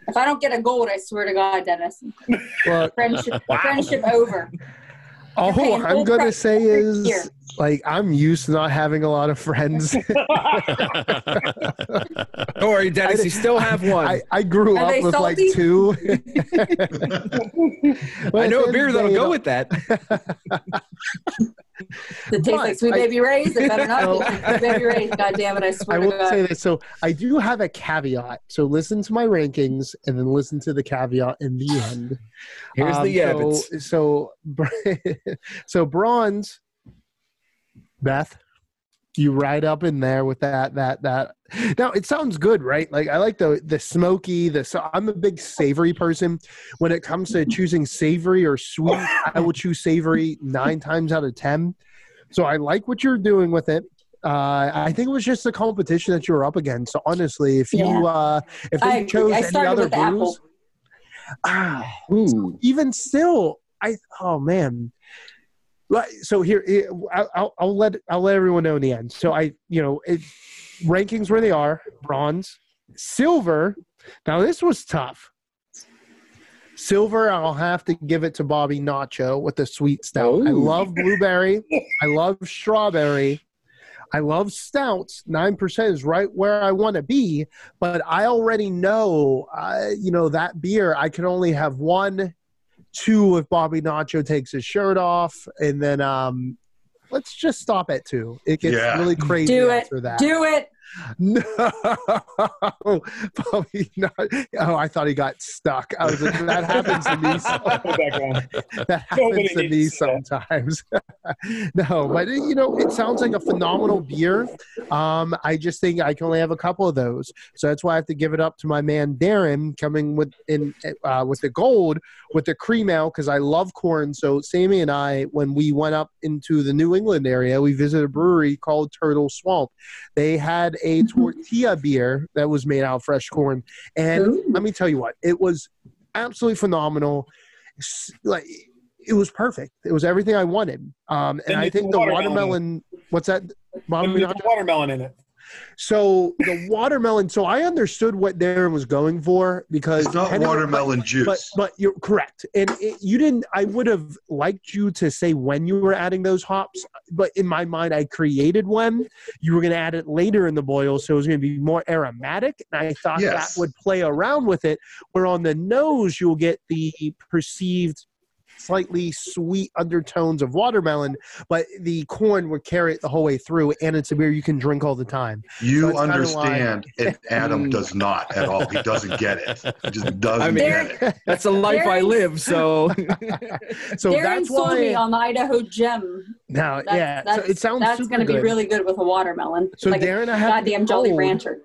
S8: If I don't get a gold, I swear to God, Dennis.
S7: Well,
S8: Friendship, friendship over.
S7: all
S8: paying
S7: I'm
S8: full
S7: gonna
S8: price
S7: say
S8: every
S7: is
S8: year.
S7: like I'm used to not having a lot of friends.
S5: Don't worry, Dennis.
S7: I-
S5: you still have one.
S7: I, I grew
S8: Are
S7: up
S8: they
S7: with like
S8: salty?
S7: two. Well,
S5: I
S7: at
S5: know
S7: the
S5: a
S7: end
S5: beer
S7: of the
S5: that'll
S7: day,
S5: go with that.
S8: It tastes like Sweet
S7: I-
S8: Baby Ray's. It better not be Sweet Baby Ray's. God damn it, I
S7: I
S8: swear to
S7: will say
S8: God.
S7: this. So I do have a caveat. So listen to my rankings and then listen to the caveat in the end.
S5: Here's
S7: Um,
S5: the yeah. but it's-
S7: So so, br- so bronze, Beth, you right up in there with that that that. Now it sounds good, right? Like I like the the smoky. The so I'm a big savory person. When it comes to choosing savory or sweet, I will choose savory nine times out of ten. So I like what you're doing with it. Uh, I think it was just the competition that you were up against. So honestly, if you
S8: Yeah.
S7: uh, if they
S8: I,
S7: chose
S8: I
S7: any
S8: started
S7: other
S8: with the apple.
S7: brews, ah,
S5: Ooh.
S7: even still, I oh man. Like, So here, eh, I'll, I'll- I'll let I'll let everyone know in the end. So I, you know, it, rankings where they are: bronze, silver. Now this was tough. Silver, I'll have to give it to Bobby Nacho with the sweet stout. I
S5: Ooh.
S7: love blueberry. I love strawberry. I love stouts. Nine percent is right where I want to be, but I already know, uh, you know, that beer. I can only have one, two if Bobby Nacho takes his shirt off, and then um, let's just stop at two. It gets
S6: Yeah.
S7: really crazy
S8: Do it.
S7: after that.
S8: Do it.
S7: No, Bobby. Not. Oh, I thought he got stuck. I was like, that happens to me. So,
S4: Go back on.
S7: that
S4: Nobody
S7: happens
S4: needs
S7: to me
S4: to see that.
S7: sometimes. no, but you know, it sounds like a phenomenal beer. Um, I just think I can only have a couple of those, so that's why I have to give it up to my man Darren coming with in uh, with the gold with the cream ale because I love corn. So Sammy and I, when we went up into the New England area, we visited a brewery called Turtle Swamp. They had a
S4: Mm-hmm.
S7: tortilla beer that was made out of fresh corn, and
S8: Ooh.
S7: let me tell you what it was absolutely phenomenal S- like it was perfect it was everything i wanted um and
S4: Then
S7: i
S4: you
S7: think
S4: put
S7: the
S4: watermelon in it.
S7: watermelon what's that
S4: Put
S7: Bobby
S4: the
S7: Nacho?
S4: watermelon in it.
S7: so the watermelon so i understood what darren was going for because
S6: It's not
S7: I know-
S6: watermelon juice.
S7: but but you're correct and it, you didn't i would have liked you to say when you were adding those hops but in my mind i created when you were going to add it later in the boil so it was going to be more aromatic and i thought
S6: Yes.
S7: that would play around with it where on the nose you'll get the perceived slightly sweet undertones of watermelon but the corn would carry it the whole way through and it's a beer you can drink all the time
S6: you
S7: it's kinda Mm.
S6: understand, and Adam does not at all. He doesn't get it. He just doesn't
S5: I mean-
S6: get it.
S5: That's the life I
S8: Darren's-
S5: live. So
S7: so
S8: Darren
S7: that's
S8: sold me
S7: why
S8: on the Idaho gem.
S7: now
S8: That's,
S7: yeah so
S8: that's,
S7: it sounds
S8: that's
S7: super
S8: gonna be
S7: good.
S8: really good with a watermelon.
S7: so
S8: like a
S7: darren i have to be
S8: goddamn Jolly
S7: bold.
S8: Rancher.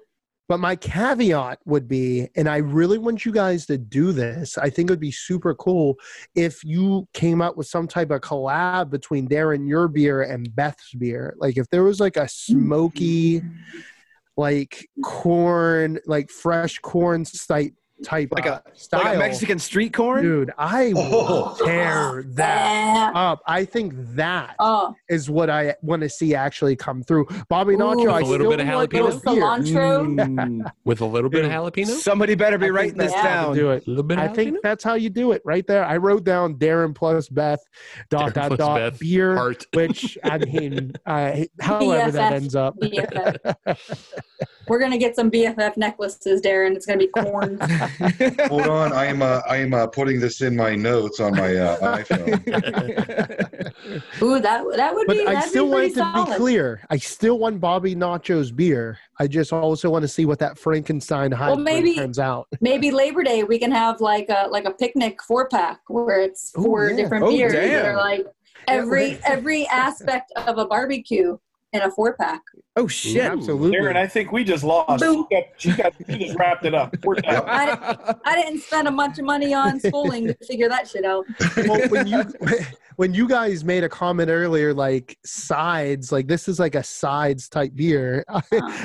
S7: But my caveat would be, and I really want you guys to do this. I think it would be super cool if you came up with some type of collab between Darren your beer and Beth's beer. Like if there was like a smoky, like corn, like fresh corn type type
S5: Like a-
S7: uh, style.
S5: like a Mexican street corn.
S7: dude, I
S6: Oh.
S7: will tear that
S8: Yeah.
S7: up. I think that
S8: Oh,
S7: is what I want to see actually come through. Bobby Nacho,
S8: Ooh.
S7: I
S8: A
S1: little
S7: still
S1: bit of
S7: want
S8: little
S1: jalapeno.
S7: those beer.
S8: cilantro.
S5: Mm.
S1: With a little bit of jalapeno?
S5: Somebody better
S7: I
S5: be
S7: think
S5: writing this
S7: that's how to
S5: down.
S7: Do it.
S1: A little Mm. bit of
S7: I think
S1: jalapeno?
S7: that's how you do it right there. I wrote down Darren plus Beth dot
S1: Darren
S7: dot
S1: plus
S7: dot
S1: Beth.
S7: beer,
S1: Heart.
S7: which I mean, uh, however that
S8: BFF.
S7: ends up.
S8: BFF. We're gonna get some BFF necklaces, Darren. It's gonna be corn.
S6: Hold on, I am uh, I am uh, putting this in my notes on my uh, iPhone.
S8: Ooh, that that would
S7: But
S8: be.
S7: I
S8: that'd
S7: still
S8: be
S7: want
S8: pretty
S7: it to be
S8: solid.
S7: clear. I still want Bobby Nacho's beer. I just also want to see what that Frankenstein hybrid
S8: maybe-
S7: turns out.
S8: Maybe Labor Day we can have like a like a picnic four pack where it's
S7: Ooh,
S8: four
S7: yeah.
S8: different
S5: Oh,
S8: beers
S5: damn.
S8: that are like every every aspect of a barbecue in a four pack.
S5: oh shit!
S7: Absolutely.
S4: Darren, I think we just lost. She
S8: Boom.
S4: got, she got, she just wrapped it up. We're done.
S8: I didn't spend a bunch of money on schooling to figure that shit out.
S7: well, when you when you guys made a comment earlier, like sides, like this is like a sides type beer. I,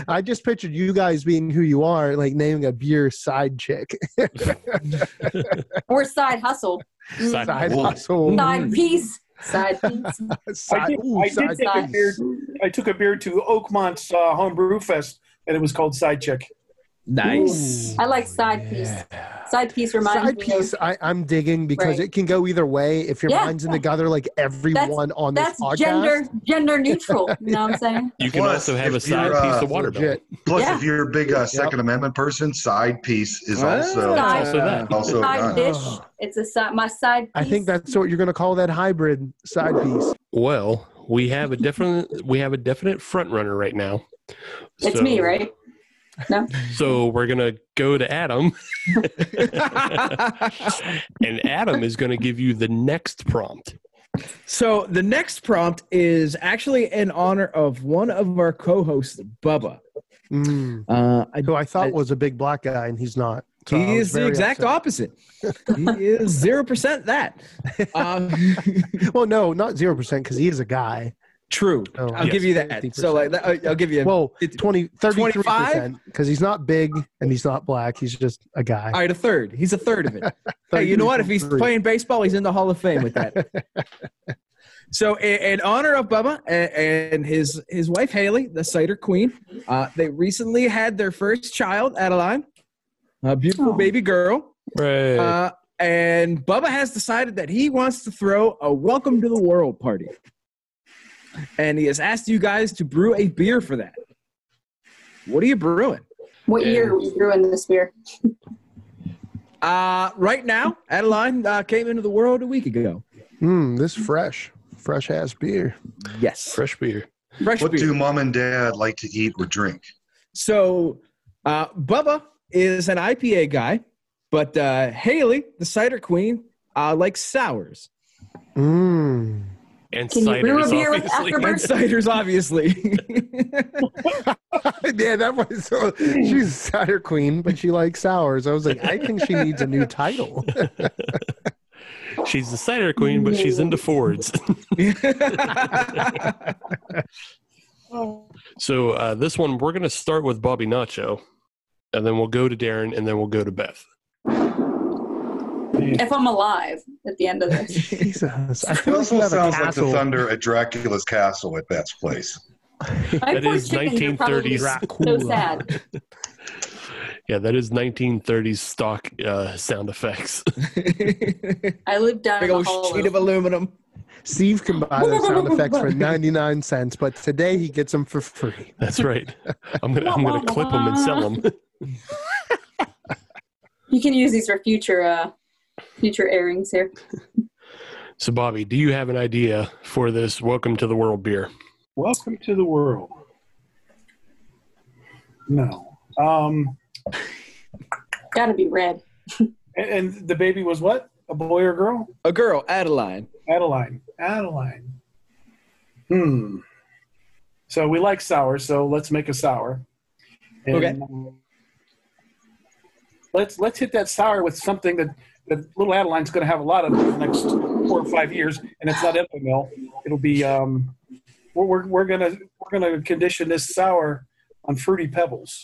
S7: I just pictured you guys being who you are, like naming a beer side chick,
S8: Or side hustle. Mm.
S1: Side-
S7: side
S6: Whoa.
S7: hustle,
S8: Side piece. Side piece.
S4: I
S7: side,
S4: did,
S7: ooh,
S4: I did
S7: side
S4: take a
S8: piece.
S4: beer. I took a beer to Oakmont's uh, homebrew fest, and it was called Side Chick.
S5: nice.
S8: I like side piece. Side piece reminds
S7: Side
S8: me
S7: piece,
S8: of
S7: I, I'm digging because
S8: Right.
S7: it can go either way. If your
S8: Yeah.
S7: mind's in the gutter, like everyone on this
S8: that's
S7: podcast,
S8: gender gender neutral. You know what I'm saying?
S1: You can
S6: Plus,
S1: also have a
S6: if you're,
S1: side
S6: uh,
S1: piece of watermelon.
S7: legit.
S6: Plus,
S8: Yeah.
S6: if you're a big uh, Second Amendment person, side piece is
S5: Ah.
S6: also
S8: Side-
S1: Also that.
S6: also
S8: Side
S6: done.
S8: dish. It's a side my side piece.
S7: uh, I think that's what you're going to call that hybrid side piece.
S1: Well, we have a definite we have a definite front runner right now.
S8: it's
S1: So-
S8: me, right?
S1: So we're gonna go to Adam, and Adam is gonna give you the next prompt.
S5: so the next prompt is actually in honor of one of our co-hosts, Bubba.
S7: Mm.
S5: Uh, I
S7: Who I thought was a big black guy, and he's not. So I
S5: he
S7: was
S5: is the
S7: very
S5: exact
S7: upset.
S5: opposite. he is zero percent that. Um,
S7: Well, no, not zero percent because he is a guy.
S5: True.
S7: Oh.
S5: I'll give you that. So like, that, I'll give you.
S7: Well,
S5: It's-
S7: 20,
S5: 25?
S7: 33%, because he's not big and he's not black. He's just a guy.
S5: all right, a third. He's a third of it. hey, you know what? If he's
S7: 33.
S5: playing baseball, he's in the Hall of Fame with that. so, in, in honor of Bubba and, and his his wife Haley, the cider queen, uh, they recently had their first child, Adeline, a beautiful
S8: Oh.
S5: baby girl.
S1: Right.
S5: Uh, and Bubba has decided that he wants to throw a welcome to the world party, and he has asked you guys to brew a beer for that. What are you brewing?
S8: What year was Drew in this beer?
S5: Uh, right now, Adeline uh, came into the world a week ago.
S7: Mm, this fresh, fresh ass beer.
S5: Yes.
S1: Fresh beer.
S5: Fresh
S6: What
S5: beer.
S6: do mom and dad like to eat or drink?
S5: So, uh, Bubba is an IPA guy, but uh, Haley, the cider queen, uh, likes sours
S7: Mm.
S1: And
S8: Can you brew a
S1: ciders,
S8: beer with
S1: obviously.
S5: and
S8: afterbirth?
S5: ciders, obviously.
S7: yeah, that was. So, she's a cider queen, but she likes sours. I was like, I think she needs a new title.
S1: She's the cider queen, but she's into Fords. so uh, this one, we're going to start with Bobby Nacho, and then we'll go to Darren, and then we'll go to Beth.
S8: If I'm alive at the end of this.
S7: Jesus, I
S6: It
S7: feel like
S6: also
S7: you have a
S6: sounds like the
S7: castle.
S6: thunder at Dracula's castle at Beth's place.
S8: My
S1: That
S8: poor
S1: is
S8: chickens are probably
S1: 1930s.
S8: So sad.
S1: Yeah, that is 1930s stock uh, sound effects.
S5: Big
S8: I live down in the
S5: old
S8: hall.
S5: sheet of aluminum.
S7: Steve can buy those sound effects for ninety nine cents, but today he gets them for free.
S1: That's right. I'm gonna I'm gonna clip them and sell them.
S8: You can use these for future uh, future airings here.
S1: So Bobby, do you have an idea for this Welcome to the World beer?
S4: Welcome to the world. No. Um,
S8: Gotta be red.
S4: and, and the baby was what? A boy or girl?
S5: A girl, Adeline.
S4: Adeline. Adeline. Hmm. So we like sour, so let's make a sour. And,
S5: Okay.
S4: um, Let's let's hit that sour with something that, that little Adeline's going to have a lot of in the next four or five years, and it's not Epimil. It'll be um, we're, we're, we're gonna we're gonna condition this sour on fruity pebbles.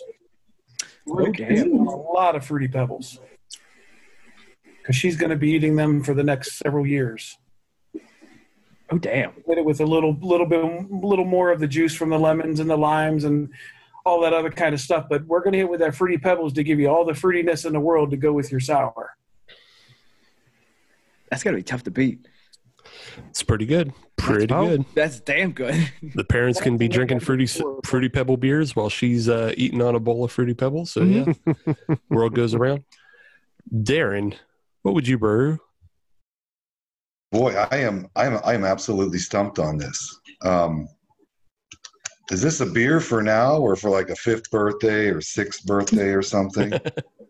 S4: We're gonna
S5: Okay.
S4: condition it on a lot of fruity pebbles because she's going to be eating them for the next several years
S5: Oh, damn.
S4: hit it with a little little bit little more of the juice from the lemons and the limes and all that other kind of stuff but we're going to hit with that fruity pebbles to give you all the fruitiness in the world to go with your sour
S5: That's got to be tough to beat.
S1: It's pretty good. Pretty
S7: about-
S1: good.
S5: That's damn good.
S1: The parents can be drinking fruity fruity pebble beers while she's uh, eating on a bowl of fruity pebbles. So yeah,
S6: Mm-hmm.
S1: world goes around. Darren, what would you brew?
S6: Boy, I am I am I am absolutely stumped on this. Um, is this a beer for now or for like a fifth birthday or sixth birthday or something?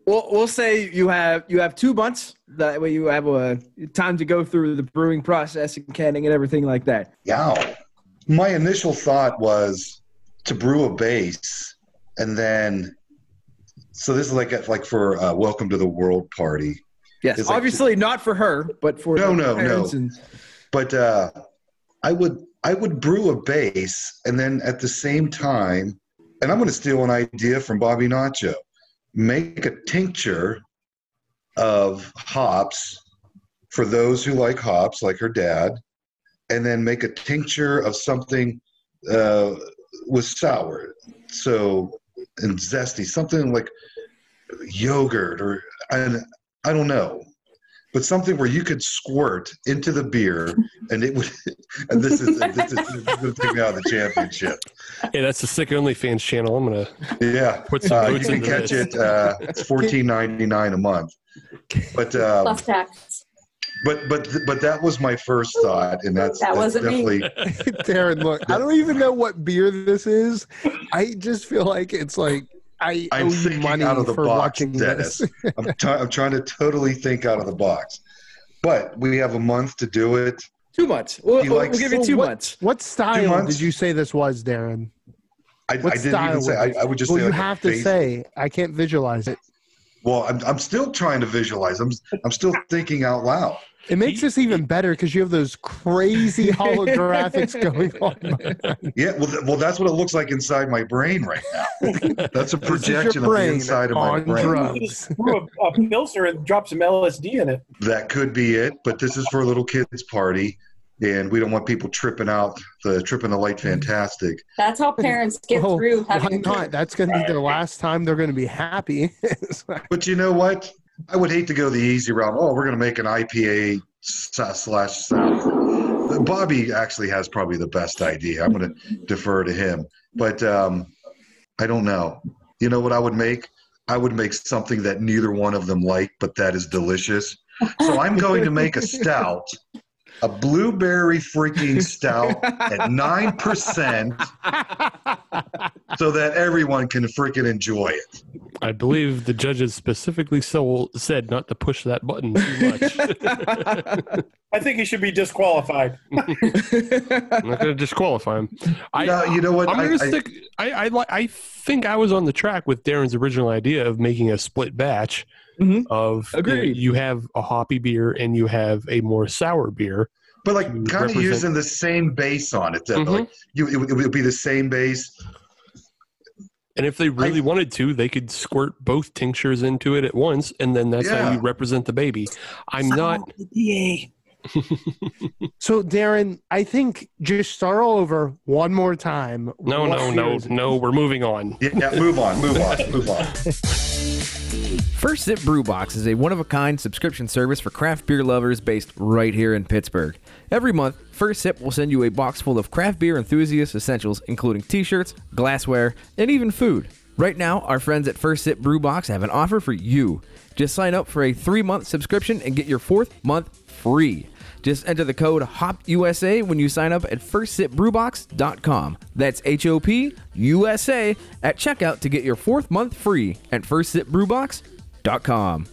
S5: We'll, we'll say you have you have two months. That way you have a time to go through the brewing process and canning and everything like that.
S6: Yow. My initial thought was to brew a base and then so this is like like for uh, welcome to the world party.
S5: Yes,
S6: It's like-
S5: obviously not for her, but for
S6: No,
S5: the
S6: no, no.
S5: parents And,
S6: But uh, I would I would brew a base and then at the same time and I'm going to steal an idea from Bobby Nacho. Make a tincture of hops for those who like hops like her dad and then make a tincture of something uh, with sour, so and zesty, something like yogurt or I, I don't know, but something where you could squirt into the beer and it would. And this is this is going to take me out of the championship.
S1: Hey, that's the sick OnlyFans channel. I'm gonna
S6: Yeah,
S1: put some
S6: uh, you
S1: notes
S6: can
S1: into
S6: catch
S1: this.
S6: it. Uh, it's fourteen ninety nine a month, but um,
S7: Oh.
S8: Plus tax.
S6: but but but that was my first thought, and that's,
S8: That
S6: that's
S8: wasn't
S6: definitely
S8: me.
S7: Darren, look, I don't even know what beer this is. I just feel like it's like I
S6: I'm
S7: owe you
S6: thinking
S7: money
S6: out of the
S7: for
S6: box,
S7: watching
S6: Dennis.
S7: this.
S6: I'm, t- I'm trying to totally think out of the box. But we have a month to do it.
S5: Two months. We'll,
S6: He
S5: we'll
S6: likes-
S5: give you
S7: Well,
S5: two
S7: what-
S5: months.
S7: What style
S6: months?
S7: did you say this was, Darren?
S6: I, I
S7: What
S6: didn't
S7: style
S6: even say.
S7: would it
S6: I, I would just
S7: Well,
S6: say.
S7: you
S6: like a
S7: have to
S6: face-
S7: say. I can't visualize it.
S6: Well, I'm, I'm still trying to visualize. I'm I'm still thinking out loud.
S7: It makes this even better because you have those crazy holographics going on.
S6: Yeah, well, th- well, that's what it looks like inside my brain right now. That's a
S7: This is
S6: projection of
S7: your
S6: the
S7: brain
S6: inside of my
S7: on
S6: brain.
S7: drugs.
S4: Brew a, a pilsner and drop some LSD in it.
S6: That could be it, but this is for a little kids' party, and we don't want people tripping out the tripping the light fantastic.
S8: That's how parents get
S7: Oh,
S8: through
S7: Why
S8: having
S7: not? That's going to be the last time they're going to be happy. It's like,
S6: But you know what? I would hate to go the easy route. Oh, we're going to make an IPA s- slash sour. Bobby actually has probably the best idea. I'm going to defer to him. But um, I don't know. You know what I would make? I would make something that neither one of them like, but that is delicious. So I'm going to make a stout, a blueberry freaking stout at 9% so that everyone can freaking enjoy it.
S1: I believe the judges specifically so said not to push that button too much.
S4: I think he should be disqualified.
S1: I'm not going to disqualify him. I,
S6: no, you know what?
S1: I'm
S6: I-
S1: gonna
S6: I-
S1: stick. I, I li- I think I was on the track with Darren's original idea of making a split batch
S6: Mm-hmm.
S5: Mhm.
S1: of you know,
S5: Agreed.
S1: You, have a hoppy beer and you have a more sour beer.
S6: but like
S1: to
S6: kind of
S1: Mm, represent-
S6: using the same base on it. Though.
S1: Mhm.
S6: Like you, it, would- it would be the same base.
S1: And if they really wanted to, they could squirt both tinctures into it at once, and then that's how
S6: Yeah.
S1: you represent the baby. I'm not.
S7: so, Darren, I think just start all over one more time.
S1: No,
S7: What
S1: no,
S7: beer
S1: no,
S7: is it?
S1: no. We're moving on.
S6: Yeah, yeah, move on, move on, move on.
S9: First Sip Brew Box is a one of a kind subscription service for craft beer lovers based right here in Pittsburgh. Every month, First Sip will send you a box full of craft beer enthusiast essentials, including t shirts, glassware, and even food. Right now, our friends at First Sip Brew Box have an offer for you. Just sign up for a three month subscription and get your fourth month free. Just enter the code HOPUSA when you sign up at firstsipbrewbox.com. That's H O P U S A at checkout to get your fourth month free at firstsipbrewbox.com.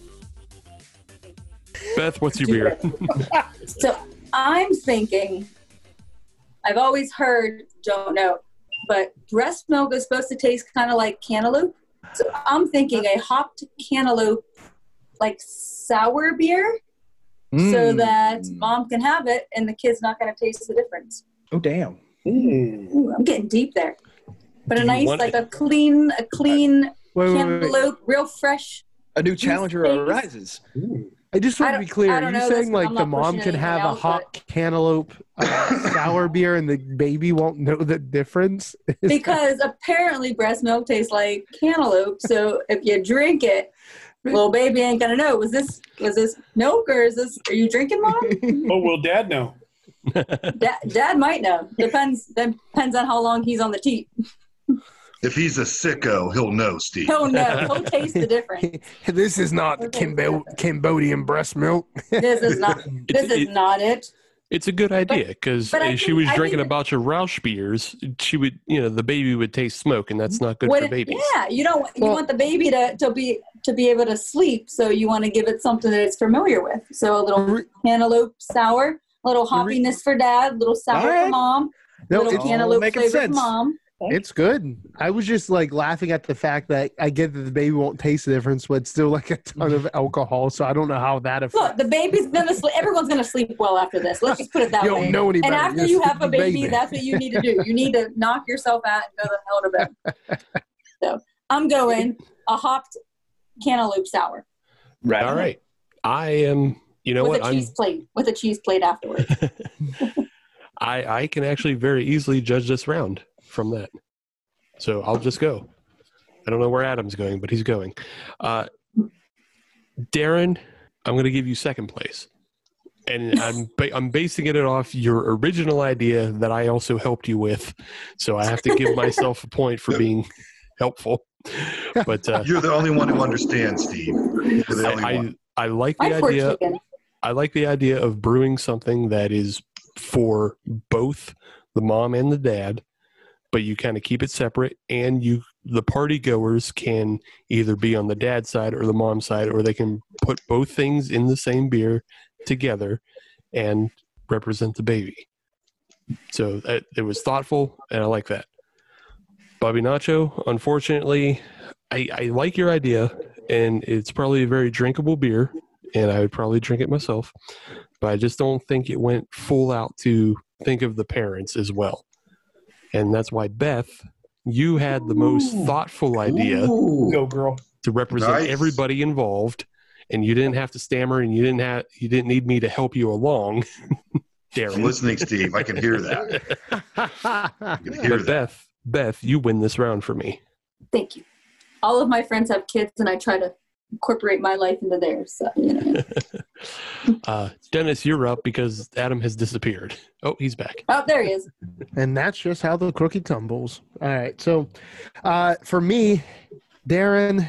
S1: Beth, what's your beer?
S8: So I'm thinking, I've always heard, don't know, but breast milk is supposed to taste kind of like cantaloupe. So I'm thinking a hopped cantaloupe, like sour beer, so
S5: Mm.
S8: that mom can have it and the kid's not going to taste the difference.
S5: Oh damn.
S8: Ooh, I'm getting deep there. But
S1: Do
S8: a
S1: you
S8: nice,
S1: want
S8: like
S1: it-
S8: a clean, a clean
S5: Wait, wait, wait, wait.
S8: cantaloupe, real fresh.
S5: A new challenger
S8: think-
S5: arises.
S7: I just want
S8: I
S7: to be
S8: don't-
S7: clear.
S8: I
S7: Are
S8: don't
S7: you
S8: know.
S7: saying like
S8: That's- I'm
S7: the
S8: not
S7: mom
S8: pushing
S7: can
S8: anything
S7: have a
S8: else,
S7: hot cantaloupe uh, sour beer and the baby won't know the difference?
S8: Because apparently breast milk tastes like cantaloupe. So if you drink it, little baby ain't gonna know. Was this was this milk or is this? Are you drinking, mom?
S4: But will dad know?
S8: Dad, Dad might know. Depends. Depends on how long he's on the teat.
S6: If he's a sicko, he'll know, Steve.
S8: He'll know. He'll taste the difference.
S7: this is not the Cambo- Cambodian breast milk.
S8: This is not. This is not it.
S1: It's a good idea because
S8: but I
S1: if she
S8: think-
S1: was
S8: I
S1: drinking
S8: think-
S1: a bunch of Roush beers, she would, you know, the baby would taste smoke, and that's not good
S8: What
S1: for
S8: Mm-hmm. it-
S1: babies.
S8: yeah, you don't. You
S7: Well-
S8: want the baby to, to be to be able to sleep, so you want to give it something that it's familiar with. So a little
S7: No,
S8: cantaloupe sour, a little hoppiness for dad, little sour
S5: Alright.
S8: for mom, little
S7: it's,
S5: all
S8: cantaloupe
S5: making
S8: flavor for
S5: sense.
S8: mom.
S7: it's good. I was just like laughing at the fact that I get that the baby won't taste the difference, but it's still like a ton of alcohol. So I don't know how that affects.
S8: Look, the baby's gonna sleep. Everyone's gonna sleep well after this. Let's just put it that
S7: You don't
S8: way.
S7: know any
S8: and
S7: better.
S8: after
S7: You're
S8: you have a
S7: stupid
S8: baby,
S7: baby.
S8: that's what you need to do. You need to knock yourself out and go the hell to bed. So I'm going a hopped cantaloupe sour
S5: Right.
S1: All right, I am. You know
S8: with
S1: what?
S8: a
S1: I'm.
S8: cheese plate with a cheese plate afterwards.
S1: I I can actually very easily judge this round from that. So I'll just go. I don't know where Adam's going, but he's going. Uh, Darren, I'm going to give you second place, and I'm ba- I'm basing it off your original idea that I also helped you with. So I have to give myself a point for being helpful. But uh,
S6: You're the only one who understands, Steve. You're the only one.
S1: I, I I like the
S8: My pork
S1: idea
S8: chicken.
S1: I like the idea of brewing something that is for both the mom and the dad, but you kind of keep it separate and you the party goers can either be on the dad's side or the mom's side or they can put both things in the same beer together and represent the baby. So that, it was thoughtful and I like that. Bobby Nacho, unfortunately, I, I like your idea and it's probably a very drinkable beer and I would probably drink it myself. But I just don't think it went full out to think of the parents as well. And that's why, Beth, you had the most thoughtful idea
S6: Ooh.
S4: Go, girl.
S1: to represent
S6: Nice.
S1: everybody involved. And you didn't have to stammer and you didn't have you didn't need me to help you along.
S6: I'm
S1: Darren.
S6: listening, Steve. I can hear that. I can hear
S1: But
S6: that.
S1: Beth, Beth, you win this round for me.
S8: Thank you. All of my friends have kids, and I try to incorporate my life into theirs. So, you know.
S1: Uh, Dennis, you're up because Adam has disappeared. Oh, he's back.
S8: oh, there he is.
S7: And that's just how the crookie tumbles. All right. So uh, for me, Darren,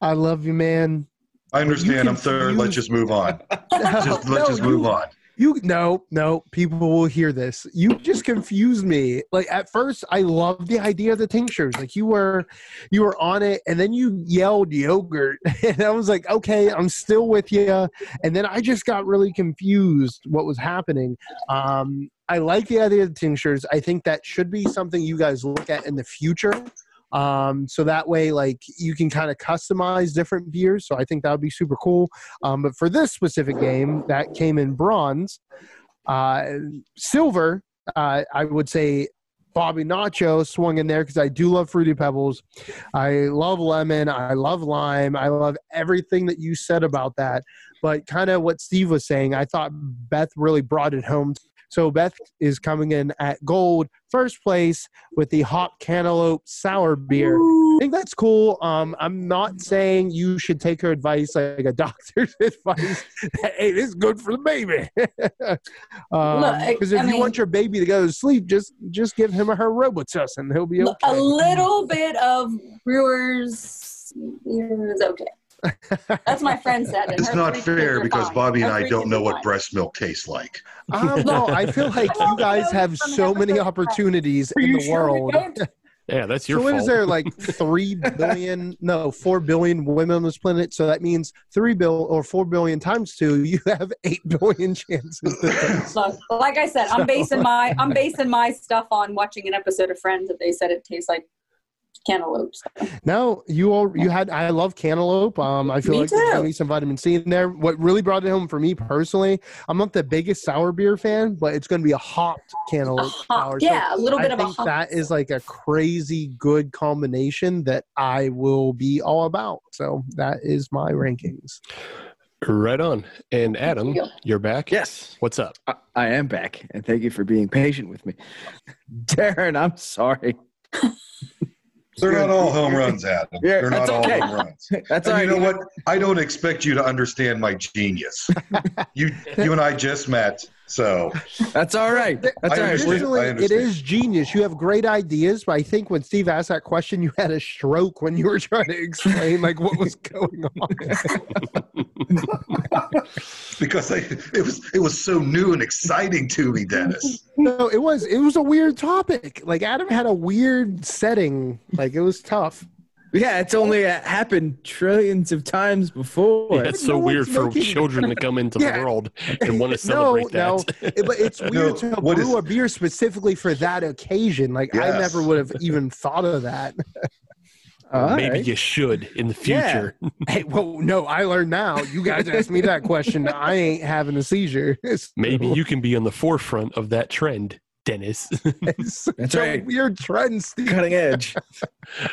S7: I love you, man.
S6: I understand.
S7: You
S6: I'm third. Let's
S7: confused-
S6: just move on. Just
S7: No,
S6: let's just move on.
S7: You no, no, people will hear this. You just confused me. Like at first I loved the idea of the tinctures. Like you were you were on it and then you yelled yogurt and I was like, "Okay, I'm still with you." And then I just got really confused what was happening. Um I like the idea of the tinctures. I think that should be something you guys look at in the future. Um, so that way, like you can kind of customize different beers. So I think that would be super cool. Um, but for this specific game, that came in bronze. Uh, silver, uh, I would say Bobby Nacho swung in there because I do love Fruity Pebbles. I love lemon. I love lime. I love everything that you said about that. But kind of what Steve was saying, I thought Beth really brought it home. So Beth is coming in at gold, first place with the Hop Cantaloupe Sour Beer. I think that's cool. Um, I'm not saying you should take her advice like a doctor's advice. hey, this is good for the baby. Because
S8: Look, I-
S7: if
S8: I
S7: you
S8: mean-
S7: want your baby to go to sleep, just just give him a Robitussin. He'll be
S8: A
S7: okay.
S8: little bit of brewers is okay. That's my friend said. and
S6: It's
S8: her
S6: not
S8: three kids
S6: fair
S8: are
S6: because
S8: fine.
S6: Bobby and
S8: Her
S6: I
S8: three
S6: don't
S8: kids
S6: know
S8: are
S6: what
S8: fine.
S6: breast milk tastes like.
S7: Um, no, I feel like you guys have
S8: From
S7: so many
S8: Amazon.
S7: opportunities in the world.
S1: Yeah, that's your
S7: So what
S1: fault.
S7: is there like three billion? No, four billion women on this planet. So that means three bill or four billion times two. You have eight billion chances.
S8: Look, like I said, I'm basing my I'm basing my stuff on watching an episode of Friends that they said it tastes like cantaloupes.
S7: No, you all you had. I love cantaloupe. Um, I feel
S8: Me
S7: like there's gonna
S8: too.
S7: be some vitamin C in there. What really brought it home for me personally, I'm not the biggest sour beer fan, but it's going to be a hopped
S8: A
S7: cantaloupe
S8: hop,
S7: sour. So
S8: yeah, a little bit
S7: I
S8: of a
S7: think
S8: hop.
S7: that is like a crazy good combination that I will be all about. So that is my rankings.
S1: Right on. And Adam,
S8: you.
S1: you're back.
S5: Yes.
S1: What's up?
S5: I, I am back, and thank you for being patient with me. Darren, I'm sorry.
S6: They're not all home runs, Adam.
S5: Yeah,
S6: They're not
S5: that's
S6: all
S5: okay.
S6: home runs.
S5: That's all
S6: And
S5: right.
S6: Uh, you know what? I don't expect you to understand my genius. you, you and I just met, so
S5: That's all right. That's all right. We're-
S6: understand.
S7: Originally,
S6: I
S7: it is genius. You have great ideas, but I think when Steve asked that question, you had a stroke when you were trying to explain like what was going on.
S6: because I, it was it was so new and exciting to me, Dennis.
S7: No, it was it was a weird topic. Like Adam had a weird setting. Like it was tough.
S5: Yeah, it's only uh, happened trillions of times before.
S1: Yeah, it's
S7: no
S1: so weird
S7: one's
S1: for
S7: making-
S1: children to come into the
S7: Yeah.
S1: world and want to
S7: No,
S1: celebrate
S7: no,
S1: that.
S7: it- but it's weird
S6: No,
S7: to
S6: what
S7: brew
S6: is-
S7: a beer specifically for that occasion. Like I
S6: Yes.
S7: never would have even thought of that.
S5: All
S1: Maybe
S5: right.
S1: you should in the
S5: Yeah.
S1: future.
S7: Hey, well, no, I learned now. You guys asked me that question. I ain't having a seizure. It's,
S1: Maybe you can be on the forefront of that trend, Dennis.
S7: it's such
S5: That's
S7: a
S5: right.
S7: weird trend, Steve.
S5: cutting edge.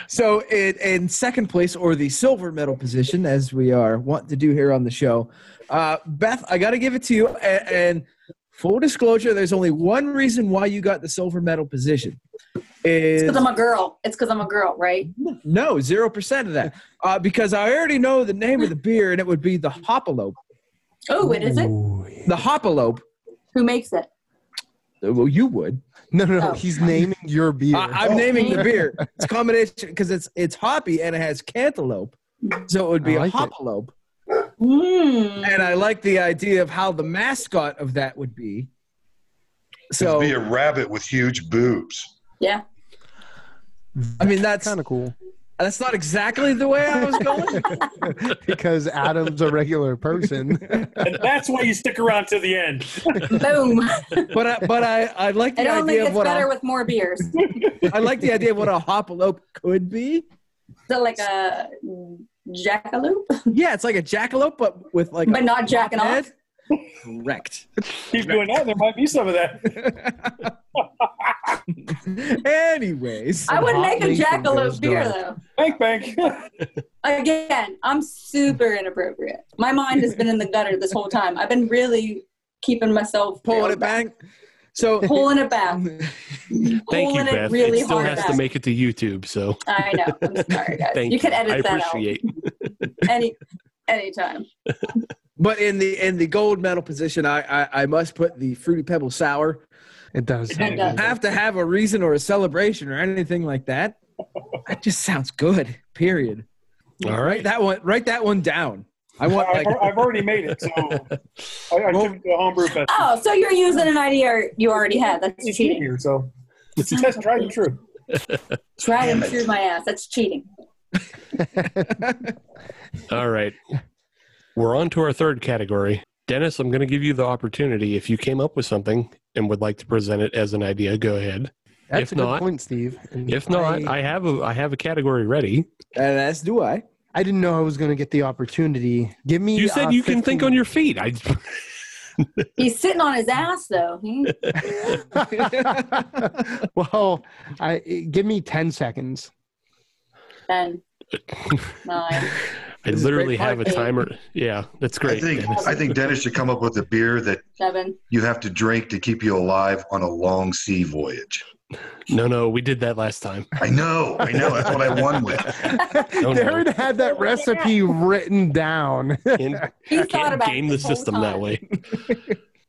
S5: so, in, in second place, or the silver medal position, as we are want to do here on the show, uh, Beth, I got to give it to you. And, and full disclosure, there's only one reason why you got the silver medal position. Is
S8: It's because I'm a girl. It's because I'm a girl, right?
S5: no zero percent of that uh, because I already know the name of the beer, and it would be the Hopalope.
S8: Oh, it is it?
S5: The Hopalope.
S8: Who makes it?
S5: Well, you would.
S7: No, no, no.
S8: Oh.
S7: He's naming your beer.
S5: I, am
S6: Oh.
S5: naming the beer. It's a combination because it's it's hoppy and it has cantaloupe, so it would be
S7: I like
S5: a
S7: it.
S5: hopalope.
S8: Mm.
S5: And I like the idea of how the mascot of that would be. So
S6: Just be a rabbit with huge boobs.
S8: Yeah.
S5: I mean that's
S7: kind of cool
S5: that's not exactly the way I was going.
S7: because Adam's a regular person.
S4: And that's why you stick around to the end.
S8: Boom.
S5: but I, but I, I like the
S8: It only
S5: idea
S8: gets
S5: of what
S8: better
S5: a,
S8: with more beers.
S5: I like the idea of what a hopalope could be.
S8: Is it like a jackalope,
S5: Yeah, it's like a jackalope, but with like.
S8: but
S5: a
S8: not jacking off.
S5: head. Correct.
S4: Keep doing that. There might be some of that.
S5: Anyways,
S8: I would
S7: hot
S8: make a
S7: link from Girls
S8: jackalope beer
S7: Dark.
S8: though.
S4: Bank, bank.
S8: Again, I'm super inappropriate. My mind has been in the gutter this whole time. I've been really keeping myself
S5: pulling
S8: reeled
S5: it back. So
S8: back. pulling it back,
S1: Thank you,
S8: pulling
S1: Beth.
S8: it really
S1: it still
S8: hard
S1: has
S8: back.
S1: to make it to YouTube, so
S8: I know. I'm sorry, guys.
S1: thank you.
S8: you can edit
S1: I
S8: that
S1: appreciate.
S8: out any anytime.
S5: But in the in the gold medal position, I I, I must put the fruity pebble sour.
S7: It does.
S4: It
S7: sound
S8: does.
S7: good.
S5: Have to have a reason or a celebration or anything like that. That just sounds good. Period.
S1: All
S5: Write
S1: right.
S5: that one. Write that one down. I want
S4: I've,
S5: like
S4: I've already made it, so I, I took it to a homebrew fest.
S8: Oh, so you're using an idea you already had. That's
S4: It's
S8: cheating.
S4: here, so it's test tried and true.
S8: Try and through my ass. That's cheating.
S1: All right. We're on to our third category. Dennis, I'm going to give you the opportunity. If you came up with something and would like to present it as an idea, go ahead.
S7: That's
S1: If
S7: a good
S1: not-
S7: point, Steve. And
S1: If not, I have a I have a category ready.
S5: and as do I.
S7: I didn't know I was going to get the opportunity. Give me.
S1: You said
S7: uh,
S1: you can
S7: 15
S1: think on your feet. I
S8: He's sitting on his ass though. He-
S7: well, I give me ten seconds.
S8: Ten, nine.
S1: I
S5: is a
S1: literally
S5: great
S1: have a
S8: podcast.
S1: timer. Yeah, that's
S6: I
S1: great.
S6: think
S1: Dennis.
S6: I think Dennis should come up with a beer that
S8: seven.
S6: you have to drink to keep you alive on a long sea voyage.
S1: No, no, we did that last time.
S6: I know, I know. That's what I won with.
S1: Don't
S7: Darren had that recipe written down.
S1: Can't,
S8: He thought
S1: can't
S8: about
S1: game
S8: it
S1: the
S8: this whole
S1: system that
S8: time.
S1: way.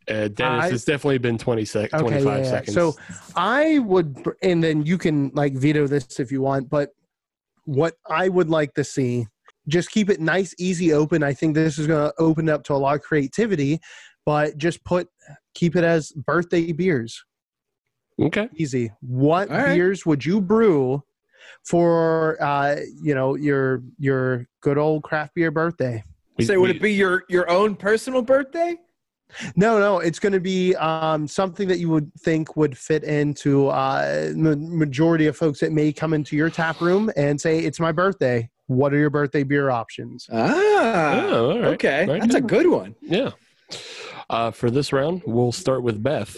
S1: Uh, Dennis,
S7: I-
S1: it's definitely been 20 sec- 25
S7: yeah, yeah.
S1: seconds.
S7: So I would, and then you can like veto this if you want, but what I would like to see, just keep it nice, easy, open. I think this is going to open up to a lot of creativity, but just put, keep it as birthday beers.
S1: okay.
S7: Easy. What
S5: All right.
S7: beers would you brew for, uh, you know, your, your good old craft beer birthday?
S1: We-
S5: Say, would
S1: we-
S5: it be your your own personal birthday?
S7: No, no, it's going to be um, something that you would think would fit into uh, the majority of folks that may come into your tap room and say, "It's my birthday. What are your birthday beer options?"
S5: Ah,
S1: Oh, all right.
S5: okay,
S1: Right.
S5: that's a good one.
S1: Yeah. Uh, for this round, we'll start with Beth.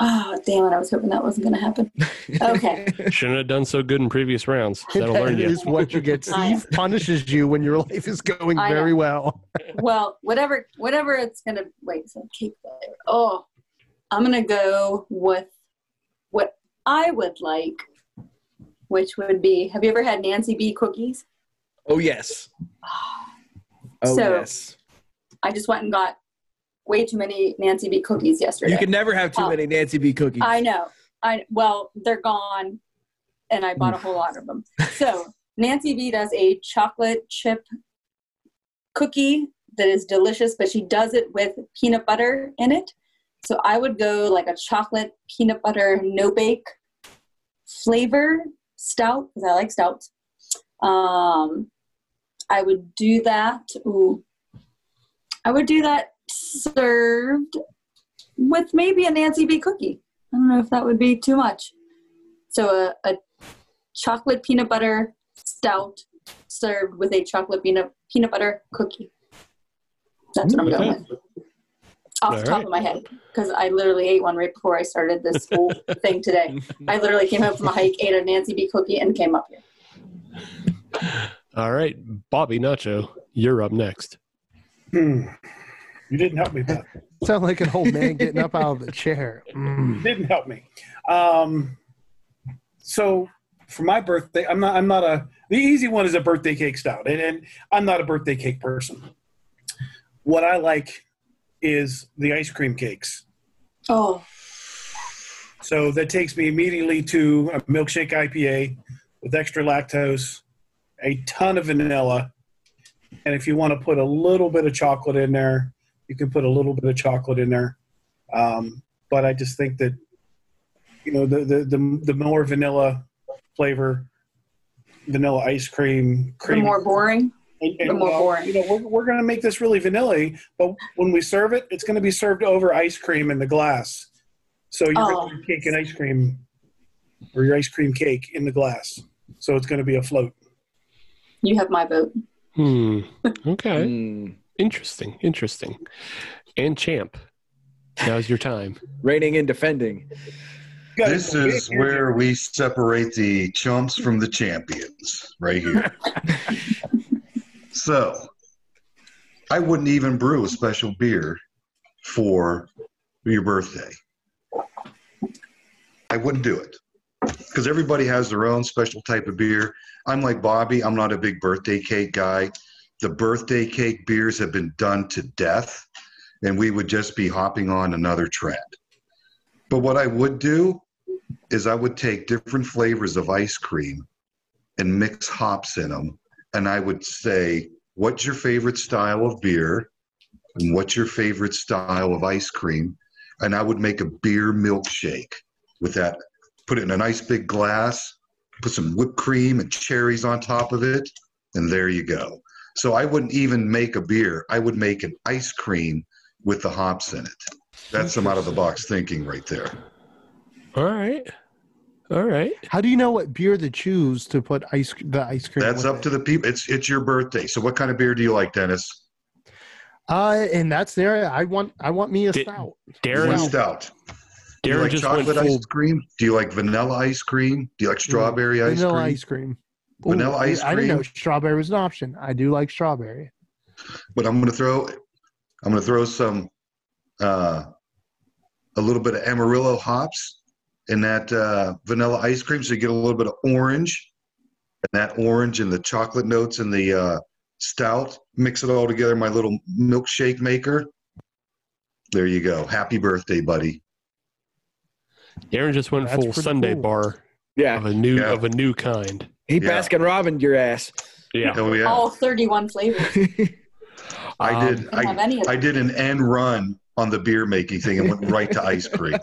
S8: Oh damn it! I was hoping that wasn't gonna happen. Okay.
S1: Shouldn't have done so good in previous rounds. That'll
S7: That
S1: learn you.
S7: is what you get.
S8: I know.
S7: Steve punishes you when your life is going
S8: I know.
S7: very well.
S8: well, whatever, whatever it's gonna wait. So cake flavor. Oh, I'm gonna go with what I would like, which would be. Have you ever had Nancy B cookies?
S5: Oh yes. Oh
S8: So,
S5: yes.
S8: I just went and got way too many Nancy B cookies yesterday.
S5: You can never have too
S8: Oh.
S5: many Nancy B cookies.
S8: I know. I well, they're gone, and I bought a whole lot of them. So Nancy B does a chocolate chip cookie that is delicious, but she does it with peanut butter in it. So I would go like a chocolate peanut butter no bake flavor stout because I like stouts. Um, I would do that. Ooh, I would do that served with maybe a Nancy B cookie. I don't know if that would be too much. So a, a chocolate peanut butter stout served with a chocolate peanut peanut butter cookie. That's what I'm going
S1: Okay.
S8: with. Off
S1: All
S8: the top
S1: right.
S8: of my head, because I literally ate one right before I started this whole thing today. I literally came home from a hike, ate a Nancy B cookie, and came up here.
S1: All right, Bobby Nacho, you're up next.
S4: Hmm. You didn't help me, Beth.
S7: Sound like an old man getting up out of the chair.
S4: You
S7: Mm.
S4: didn't help me. Um, so for my birthday, I'm not. I'm not a. The easy one is a birthday cake stout, and, and I'm not a birthday cake person. What I like is the ice cream cakes.
S8: Oh,
S4: So that takes me immediately to a milkshake IPA with extra lactose, a ton of vanilla, and if you want to put a little bit of chocolate in there, you can put a little bit of chocolate in there. Um, but I just think that you know the the the, the more vanilla flavor, vanilla ice cream,
S8: the
S4: cream,
S8: more boring.
S4: and,
S8: the more
S4: well,
S8: boring.
S4: You know, we're, we're going to make this really vanilla, but when we serve it, it's going to be served over ice cream in the glass. So you're
S8: Oh.
S4: going to have cake and ice cream, or your ice cream cake in the glass. So it's going to be a float.
S8: You have my vote.
S1: Hmm. Okay.
S5: Mm.
S1: Interesting. Interesting. And champ. Now's your time.
S5: Reigning and defending.
S4: You guys
S6: This
S4: are big
S6: is
S4: here.
S6: where we separate the chumps from the champions, right here. so, I wouldn't even brew a special beer for your birthday. I wouldn't do it because everybody has their own special type of beer. I'm like Bobby, I'm not a big birthday cake guy. The birthday cake beers have been done to death, and we would just be hopping on another trend. But what I would do is I would take different flavors of ice cream and mix hops in them. And I would say, what's your favorite style of beer? And what's your favorite style of ice cream? And I would make a beer milkshake with that. Put it in a nice big glass, put some whipped cream and cherries on top of it, and there you go. So I wouldn't even make a beer. I would make an ice cream with the hops in it. That's some out of the box thinking right there.
S1: All right. All right.
S7: How do you know what beer to choose to put ice the ice cream?
S6: That's
S7: with
S6: up
S7: it?
S6: to the people. It's it's your birthday. So what kind of beer do you like, Dennis?
S7: Uh, in that scenario, I want I want me a
S1: Did-
S7: stout.
S6: You like
S1: Darren,
S6: stout. Do you
S1: Darren
S6: like
S1: just went
S6: chocolate
S1: full.
S6: ice cream? Do you like vanilla ice cream? Do you like strawberry ice
S7: Mm, vanilla
S6: cream?
S7: ice cream. Ooh,
S6: Vanilla ice
S7: I, I didn't know
S6: cream.
S7: strawberry was an option. I do like strawberry.
S6: But I'm gonna throw I'm gonna throw some uh, a little bit of Amarillo hops in that uh, vanilla ice cream, so you get a little bit of orange, and that orange and the chocolate notes and the uh, stout. Mix it all together in my little milkshake maker. There you go. Happy birthday, buddy.
S1: Darren just went
S7: That's
S1: full
S7: pretty
S1: Sunday
S7: cool.
S1: bar
S5: Yeah.
S1: of a new
S6: Yeah.
S1: of a new kind.
S5: He
S6: Yeah.
S5: Baskin Robin your ass.
S1: Yeah.
S6: Oh yeah.
S8: All 31 flavors.
S6: I
S1: Um,
S6: did.
S8: I don't have any
S6: I,
S8: of
S6: I did an end run on the beer making thing and went right to ice cream.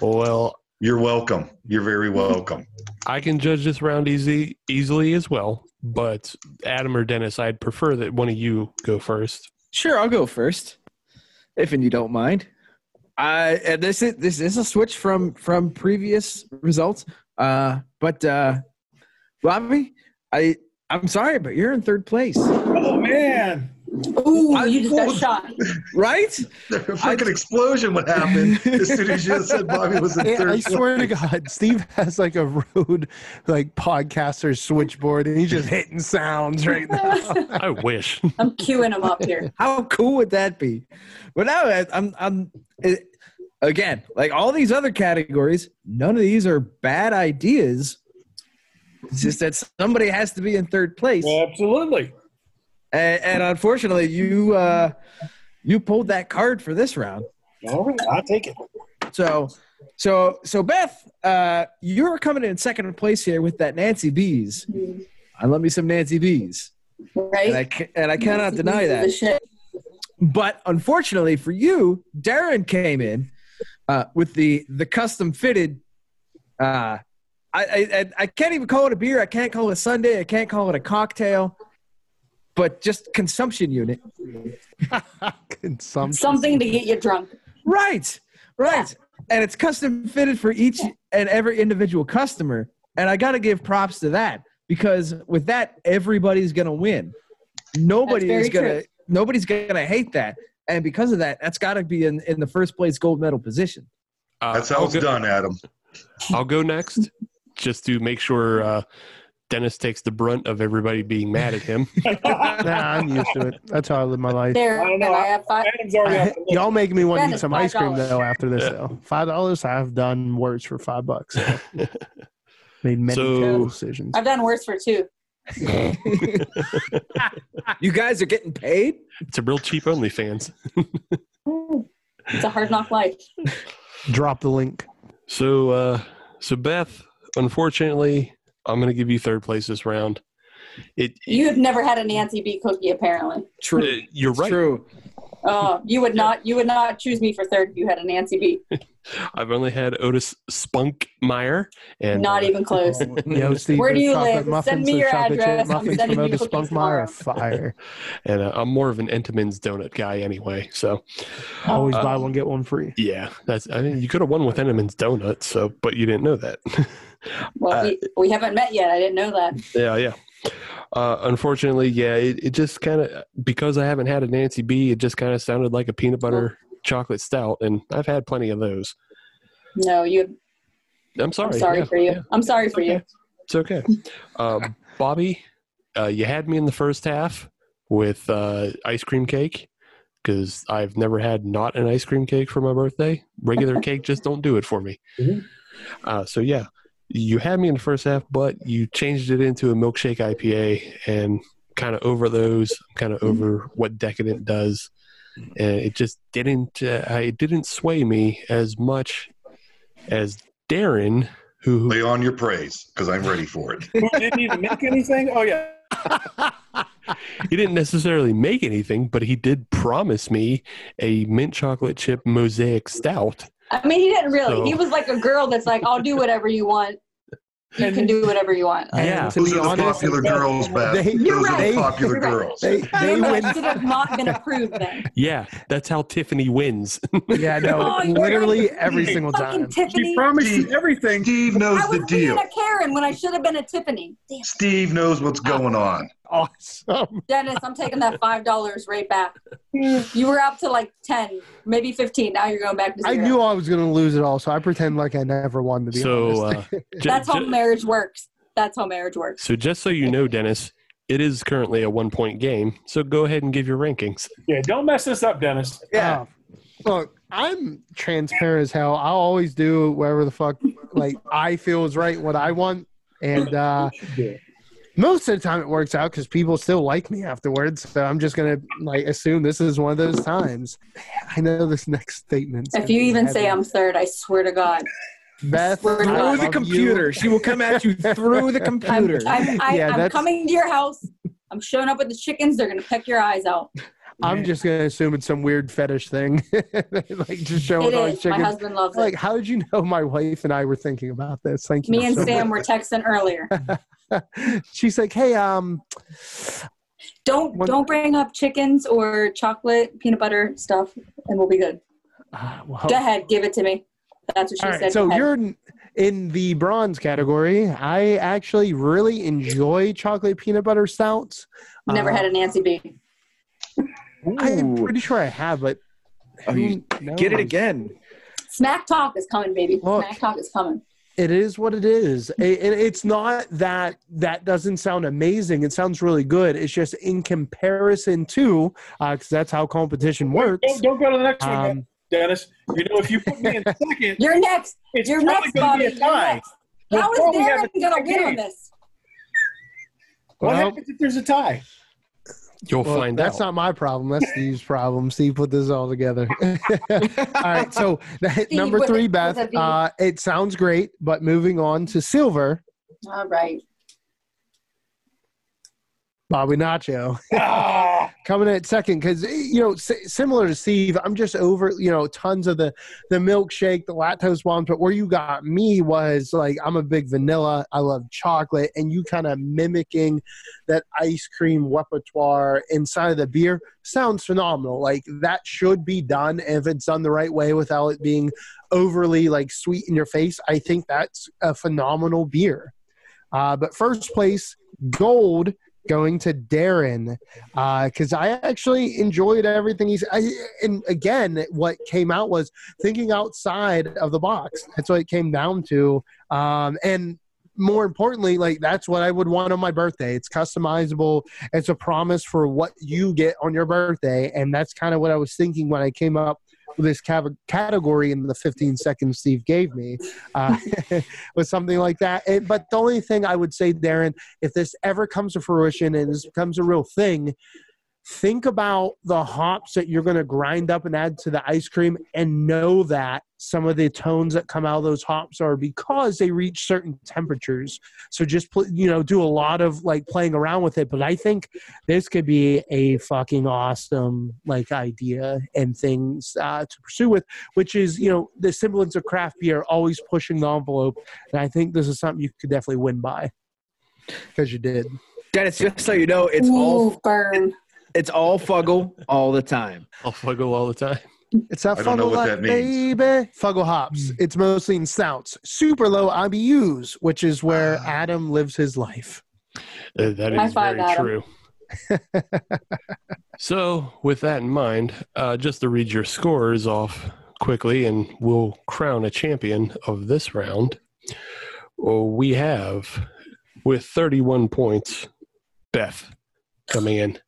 S1: Well,
S6: You're welcome. You're very welcome.
S1: I can judge this round easy easily as well, but Adam or Dennis, I'd prefer that one of you go first.
S5: Sure, I'll go first, if and you don't mind. Uh, and this is this is a switch from from previous results. Uh, but uh, Bobby, I I'm sorry, but you're in third place,
S4: Oh man,
S8: Ooh, you just got shot.
S5: right?
S6: The fucking explosion would happen as soon as you said Bobby was in
S7: Yeah,
S6: third.
S7: I swear to God, Steve has like a rude like podcaster switchboard, and he's just hitting sounds right now.
S1: I wish.
S8: I'm queuing them up here.
S5: How cool would that be? But now I- I'm I'm it, again like all these other categories. None of these are bad ideas. It's just that somebody has to be in third place.
S4: absolutely.
S5: And, and unfortunately, you uh, you pulled that card for this round.
S4: All right, I'll take it.
S5: So, so, so Beth, uh, you're coming in second place here with that Nancy Bees. I love me some Nancy Bees, and I
S8: Right?
S5: ca- and I cannot deny
S8: Pieces of
S5: that.
S8: shit.
S5: But unfortunately for you, Darren came in uh, with the the custom fitted. Uh, I, I I- I can't even call it a beer. I can't call it a Sunday. I can't call it a cocktail. But just consumption unit.
S7: Consumption.
S8: Something to get you drunk.
S5: Right, right. And it's custom fitted for each and every individual customer. And I got to give props to that because with that, everybody's going to win. Nobody
S8: That's
S5: is
S8: very
S5: going to nobody's going to hate that. And because of that, that's got to be in, in the first place gold medal position.
S1: Uh,
S6: That's
S1: I'll
S6: how it's
S1: go-
S6: done, Adam.
S1: I'll go next, just to make sure uh, Dennis takes the brunt of everybody being mad at him.
S7: Nah, I'm used to it. That's how I live my life.
S8: There,
S4: I don't
S8: and
S4: know.
S8: I have five.
S4: Adam's already
S7: I-
S4: out. the
S7: y'all make me want to
S8: That
S7: eat
S8: is
S7: some ice cream
S8: $5.
S7: though after this
S1: Yeah.
S7: though. Five dollars. I've done worse for five bucks. so. Made many
S1: So-
S7: terrible decisions.
S8: I've done worse for two.
S5: You guys are getting paid?
S1: It's a real cheap OnlyFans.
S8: It's a hard knock life.
S7: Drop the link.
S1: So, uh, so Beth, unfortunately, I'm going to give you third place this round. It,
S8: You have never had a Nancy B cookie, apparently.
S5: True.
S1: it- you're
S5: It's
S1: right.
S5: True.
S8: Oh, you would not. You would not choose me for third if you had a Nancy B.
S1: I've only had Otis Spunkmeyer, and
S8: Not
S1: uh,
S8: even close.
S7: Yo, Steve,
S8: Where do
S7: those
S8: you
S7: chocolate
S8: live?
S7: Muffins,
S8: Send me
S7: those
S8: your
S7: chocolate chip
S8: address. I'm
S7: Muffins
S8: sending
S7: from
S8: you
S7: Otis
S8: cookies
S7: Spunkmeyer are
S8: tomorrow.
S7: fire.
S1: and uh, I'm more of an Entenmann's donut guy anyway. So,
S7: Always
S8: Oh.
S1: Uh,
S7: buy one get one free.
S1: yeah, that's I mean, you could have won with Entenmann's donut, so but you didn't know that.
S8: Well, we, we haven't met yet. I didn't know that.
S1: Yeah, yeah. Uh, unfortunately, yeah, it, it just kind of because I haven't had a Nancy B, it just kind of sounded like a peanut butter chocolate stout, and I've had plenty of those.
S8: No, you.
S1: I'm sorry.
S8: I'm sorry
S1: yeah,
S8: for you.
S1: yeah,
S8: I'm sorry for you.
S1: okay. it's okay. Um, Bobby, uh, you had me in the first half with uh, ice cream cake because I've never had not an ice cream cake for my birthday. Regular cake just don't do it for me.
S6: Mhm.
S1: Uh, so yeah, you had me in the first half, but you changed it into a milkshake IPA and kind of over those, kind of over what decadent does, and it just didn't. Uh, it didn't sway me as much as Darren, who
S6: Lay on your praise because I'm ready for it.
S4: Who didn't even make anything? Oh yeah,
S1: he didn't necessarily make anything, but he did promise me a mint chocolate chip mosaic stout.
S8: I mean, he didn't really.
S1: So-
S8: He was like a girl that's like, I'll do whatever you want. You can do whatever you want.
S5: Oh.
S7: And
S1: Yeah.
S7: to
S6: Those
S7: be
S6: are the
S7: honest,
S6: popular girls, Beth.
S7: They-
S8: You're
S6: Those are
S8: right.
S6: the popular
S8: You're right.
S6: girls.
S7: they, they win.
S8: should have not been approved then.
S1: Yeah, that's how Tiffany wins.
S7: Yeah, no,
S8: Oh, you're
S7: literally
S8: right.
S7: every single
S8: Fucking
S7: time.
S8: Tiffany.
S4: she promised
S6: Steve-
S4: you everything.
S6: Steve knows
S8: I was
S6: the
S8: being
S6: deal.
S8: a Karen when I should have been a Tiffany. Damn.
S6: Steve knows what's going on.
S7: Awesome.
S8: Dennis, I'm taking that five dollars right back. You were up to like ten, maybe fifteen. Now you're going back to
S7: I
S8: zero.
S7: knew I was going to lose it all, so I pretend like I never won. To be
S1: so,
S7: honest,
S1: uh, ju-
S8: That's how
S1: ju-
S8: marriage works. That's how marriage works.
S1: so just so you know, Dennis, it is currently a one point game. So go ahead and give your rankings.
S4: Yeah, don't mess this up, Dennis. Um,
S5: Yeah.
S7: Uh, look, I'm transparent as hell. I'll always do whatever the fuck like I feel is right, what I want, and uh, most of the time it works out because people still like me afterwards. So I'm just gonna like assume this is one of those times. I know this next statement.
S8: If you even say I'm third, I swear to God,
S7: Beth,
S8: Through
S7: I
S8: the
S7: love
S5: Through the
S7: you.
S5: computer. She will come at you through the
S8: I'm,
S5: computer.
S8: I'm, I,
S7: Yeah,
S8: I'm
S7: that's-
S8: coming to your house. I'm showing up with the chickens. They're gonna peck your eyes out.
S7: I'm just gonna assume it's some weird fetish thing, like just
S8: It
S7: showing all these
S8: is. My
S7: chickens.
S8: husband loves
S7: Like,
S8: it.
S7: how did you know my wife and I were thinking about this? Thank you.
S8: Me and
S7: so
S8: Sam were texting earlier.
S7: much. She's like, "Hey, um,
S8: Don't
S7: What-
S8: don't bring up chickens or chocolate peanut butter stuff, and we'll be good.
S7: uh,
S4: Oh.
S7: well,
S8: Go ahead, give it to me. That's what she
S7: All
S8: said.
S7: right, so
S8: Go ahead.
S7: you're in- in the bronze category. I actually really enjoy chocolate peanut butter stouts.
S8: never
S4: uh,
S8: had a Nancy B.
S7: I'm
S5: Ooh.
S7: pretty sure I have, but
S5: Oh, you
S7: who
S5: Get it
S7: knows?
S5: again.
S8: Smack talk is coming, baby.
S7: Look.
S8: Smack talk is coming.
S7: It is what it is, A- and it's not that that doesn't sound amazing. It sounds really good. It's just in comparison to, because that's how competition works.
S4: Don't, don't go to the next one,
S7: Um,
S4: Dennis. You know, if you put me in second,
S8: You're next.
S4: it's
S8: You're
S4: probably
S8: next,
S4: going to
S8: Bobby.
S4: be a
S8: You're
S4: tie.
S8: next. How is
S4: We'll probably have
S8: Darren
S4: a
S8: gonna
S4: tie
S8: win on
S4: game.
S8: this?
S4: What
S7: Well-
S4: happens if there's a tie?
S1: You'll
S7: Well,
S1: find
S7: that's
S1: out.
S7: not my problem. That's Steve's problem. Steve put this all together. all right. So that-
S8: Steve
S7: number
S8: with
S7: three,
S8: a-
S7: Beth.
S8: with a V.
S7: Uh, it sounds great, but moving on to silver,
S8: All right.
S7: Bobby Nacho
S4: Ah,
S7: coming in at second because you know si- similar to Steve, I'm just over you know tons of the the milkshake, the lactose bombs. But where you got me was like I'm a big vanilla. I love chocolate, and you kind of mimicking that ice cream repertoire inside of the beer sounds phenomenal. Like that should be done and if it's done the right way without it being overly like sweet in your face. I think that's a phenomenal beer. Uh, but first place, gold going to Darren because Uh, I actually enjoyed everything he's. I, and again, what came out was thinking outside of the box. That's what it came down to. Um, and more importantly, like that's what I would want on my birthday. It's customizable. It's a promise for what you get on your birthday, and that's kind of what I was thinking when I came up with this cav- category in the 15 seconds Steve gave me uh, was something like that. And- but the only thing I would say, Darren, if this ever comes to fruition and this becomes a real thing, think about the hops that you're going to grind up and add to the ice cream and know that some of the tones that come out of those hops are because they reach certain temperatures so just pl- you know do a lot of like playing around with it but i think this could be a fucking awesome like idea and things uh, to pursue with which is you know the semblance of craft beer always pushing the envelope and i think this is something you could definitely win by because you did
S5: Dennis, just so you know, it's
S8: Ooh,
S5: all
S8: burn.
S5: it's all fuggle all the time.
S1: I'll fuggle all the time.
S7: It's that
S6: I don't know
S7: Fuggle
S6: what that
S7: Hop,
S6: means. Hmm.
S7: baby. Fuggle hops. It's
S6: Ah.
S7: mostly in stouts. Super low IBUs, which is where Adam lives his life.
S1: Uh, that
S8: High
S1: is
S8: five,
S1: very
S8: Adam.
S1: true. so, with that in mind, uh, just to read your scores off quickly, and we'll crown a champion of this round. Oh, we have, with 31 points, Beth coming in.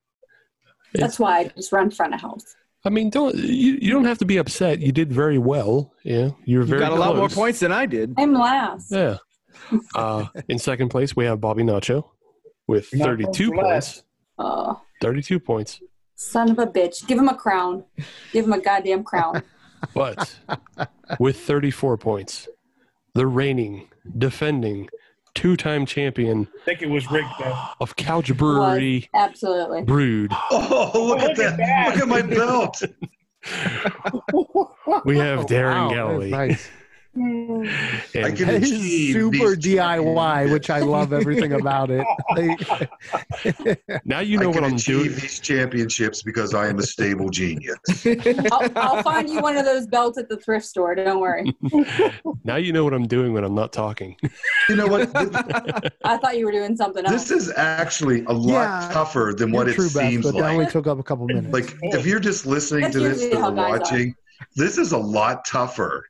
S8: That's why I just run front of house.
S1: I mean, don't you, you don't have to be upset. You did very well. Yeah, you're
S5: You
S1: very
S5: got a lot more
S1: close.
S5: points than I did.
S8: I'm last.
S1: Yeah. Uh, in second place, we have Bobby Nacho with
S4: Nacho
S1: 32
S4: Blast.
S1: points.
S8: Oh,
S1: 32 points.
S8: son of a bitch. Give him a crown. Give him a goddamn crown.
S1: But with 34 points, the reigning, defending, two time champion
S4: I think it was rigged. Beth.
S1: of Couch
S8: Was,
S1: Brewery
S8: absolutely.
S1: Brood.
S6: Oh, look at
S4: Look at
S6: that!
S4: that.
S6: Look at my belt.
S1: We have Oh, Darren
S7: Wow,
S1: Galloway.
S7: that's
S8: Mm.
S6: I
S1: And
S6: can
S7: Nice. That
S6: achieve
S7: is super
S6: these
S7: DIY, which I love everything about it. Like,
S1: now you know
S6: I can
S1: what I'm
S6: achieve
S1: doing.
S6: these championships because I am a stable genius.
S8: I'll, I'll find you one of those belts at the thrift store. Don't worry.
S1: Now you know what I'm doing when I'm not talking.
S6: You know what? Th-
S8: I thought you were doing something
S6: This
S8: else.
S6: is actually a lot
S7: Yeah.
S6: tougher than what
S7: you're
S6: it
S7: true best,
S6: seems
S7: but that
S6: like.
S7: only took up a couple minutes.
S6: Like if you're just listening
S8: That's
S6: to this
S8: usually how
S6: or
S8: guys are.
S6: watching, this is a lot tougher.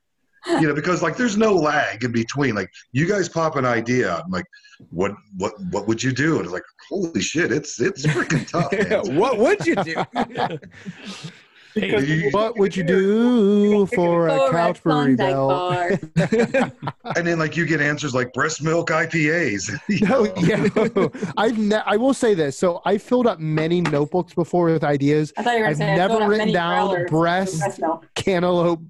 S6: You know, because like there's no lag in between. Like you guys pop an idea, out, I'm like, what, what, what would you do? And it's like, holy shit, it's it's freaking tough. Oh, Man.
S9: what would you do?
S4: Because
S6: Hey,
S4: you-
S7: what would you do for
S8: Go
S7: a
S8: red
S7: couch brewery
S8: Klondike
S7: belt?
S8: bar.
S6: And then like you get answers like breast milk IPAs.
S7: No, yeah, I've ne- I will say this. So I filled up many notebooks before with ideas.
S8: I thought you were
S7: I've
S8: saying
S7: never
S8: going up
S7: written
S8: many
S7: down
S8: growlers.
S7: breast-
S8: Breast milk.
S7: Cantaloupe,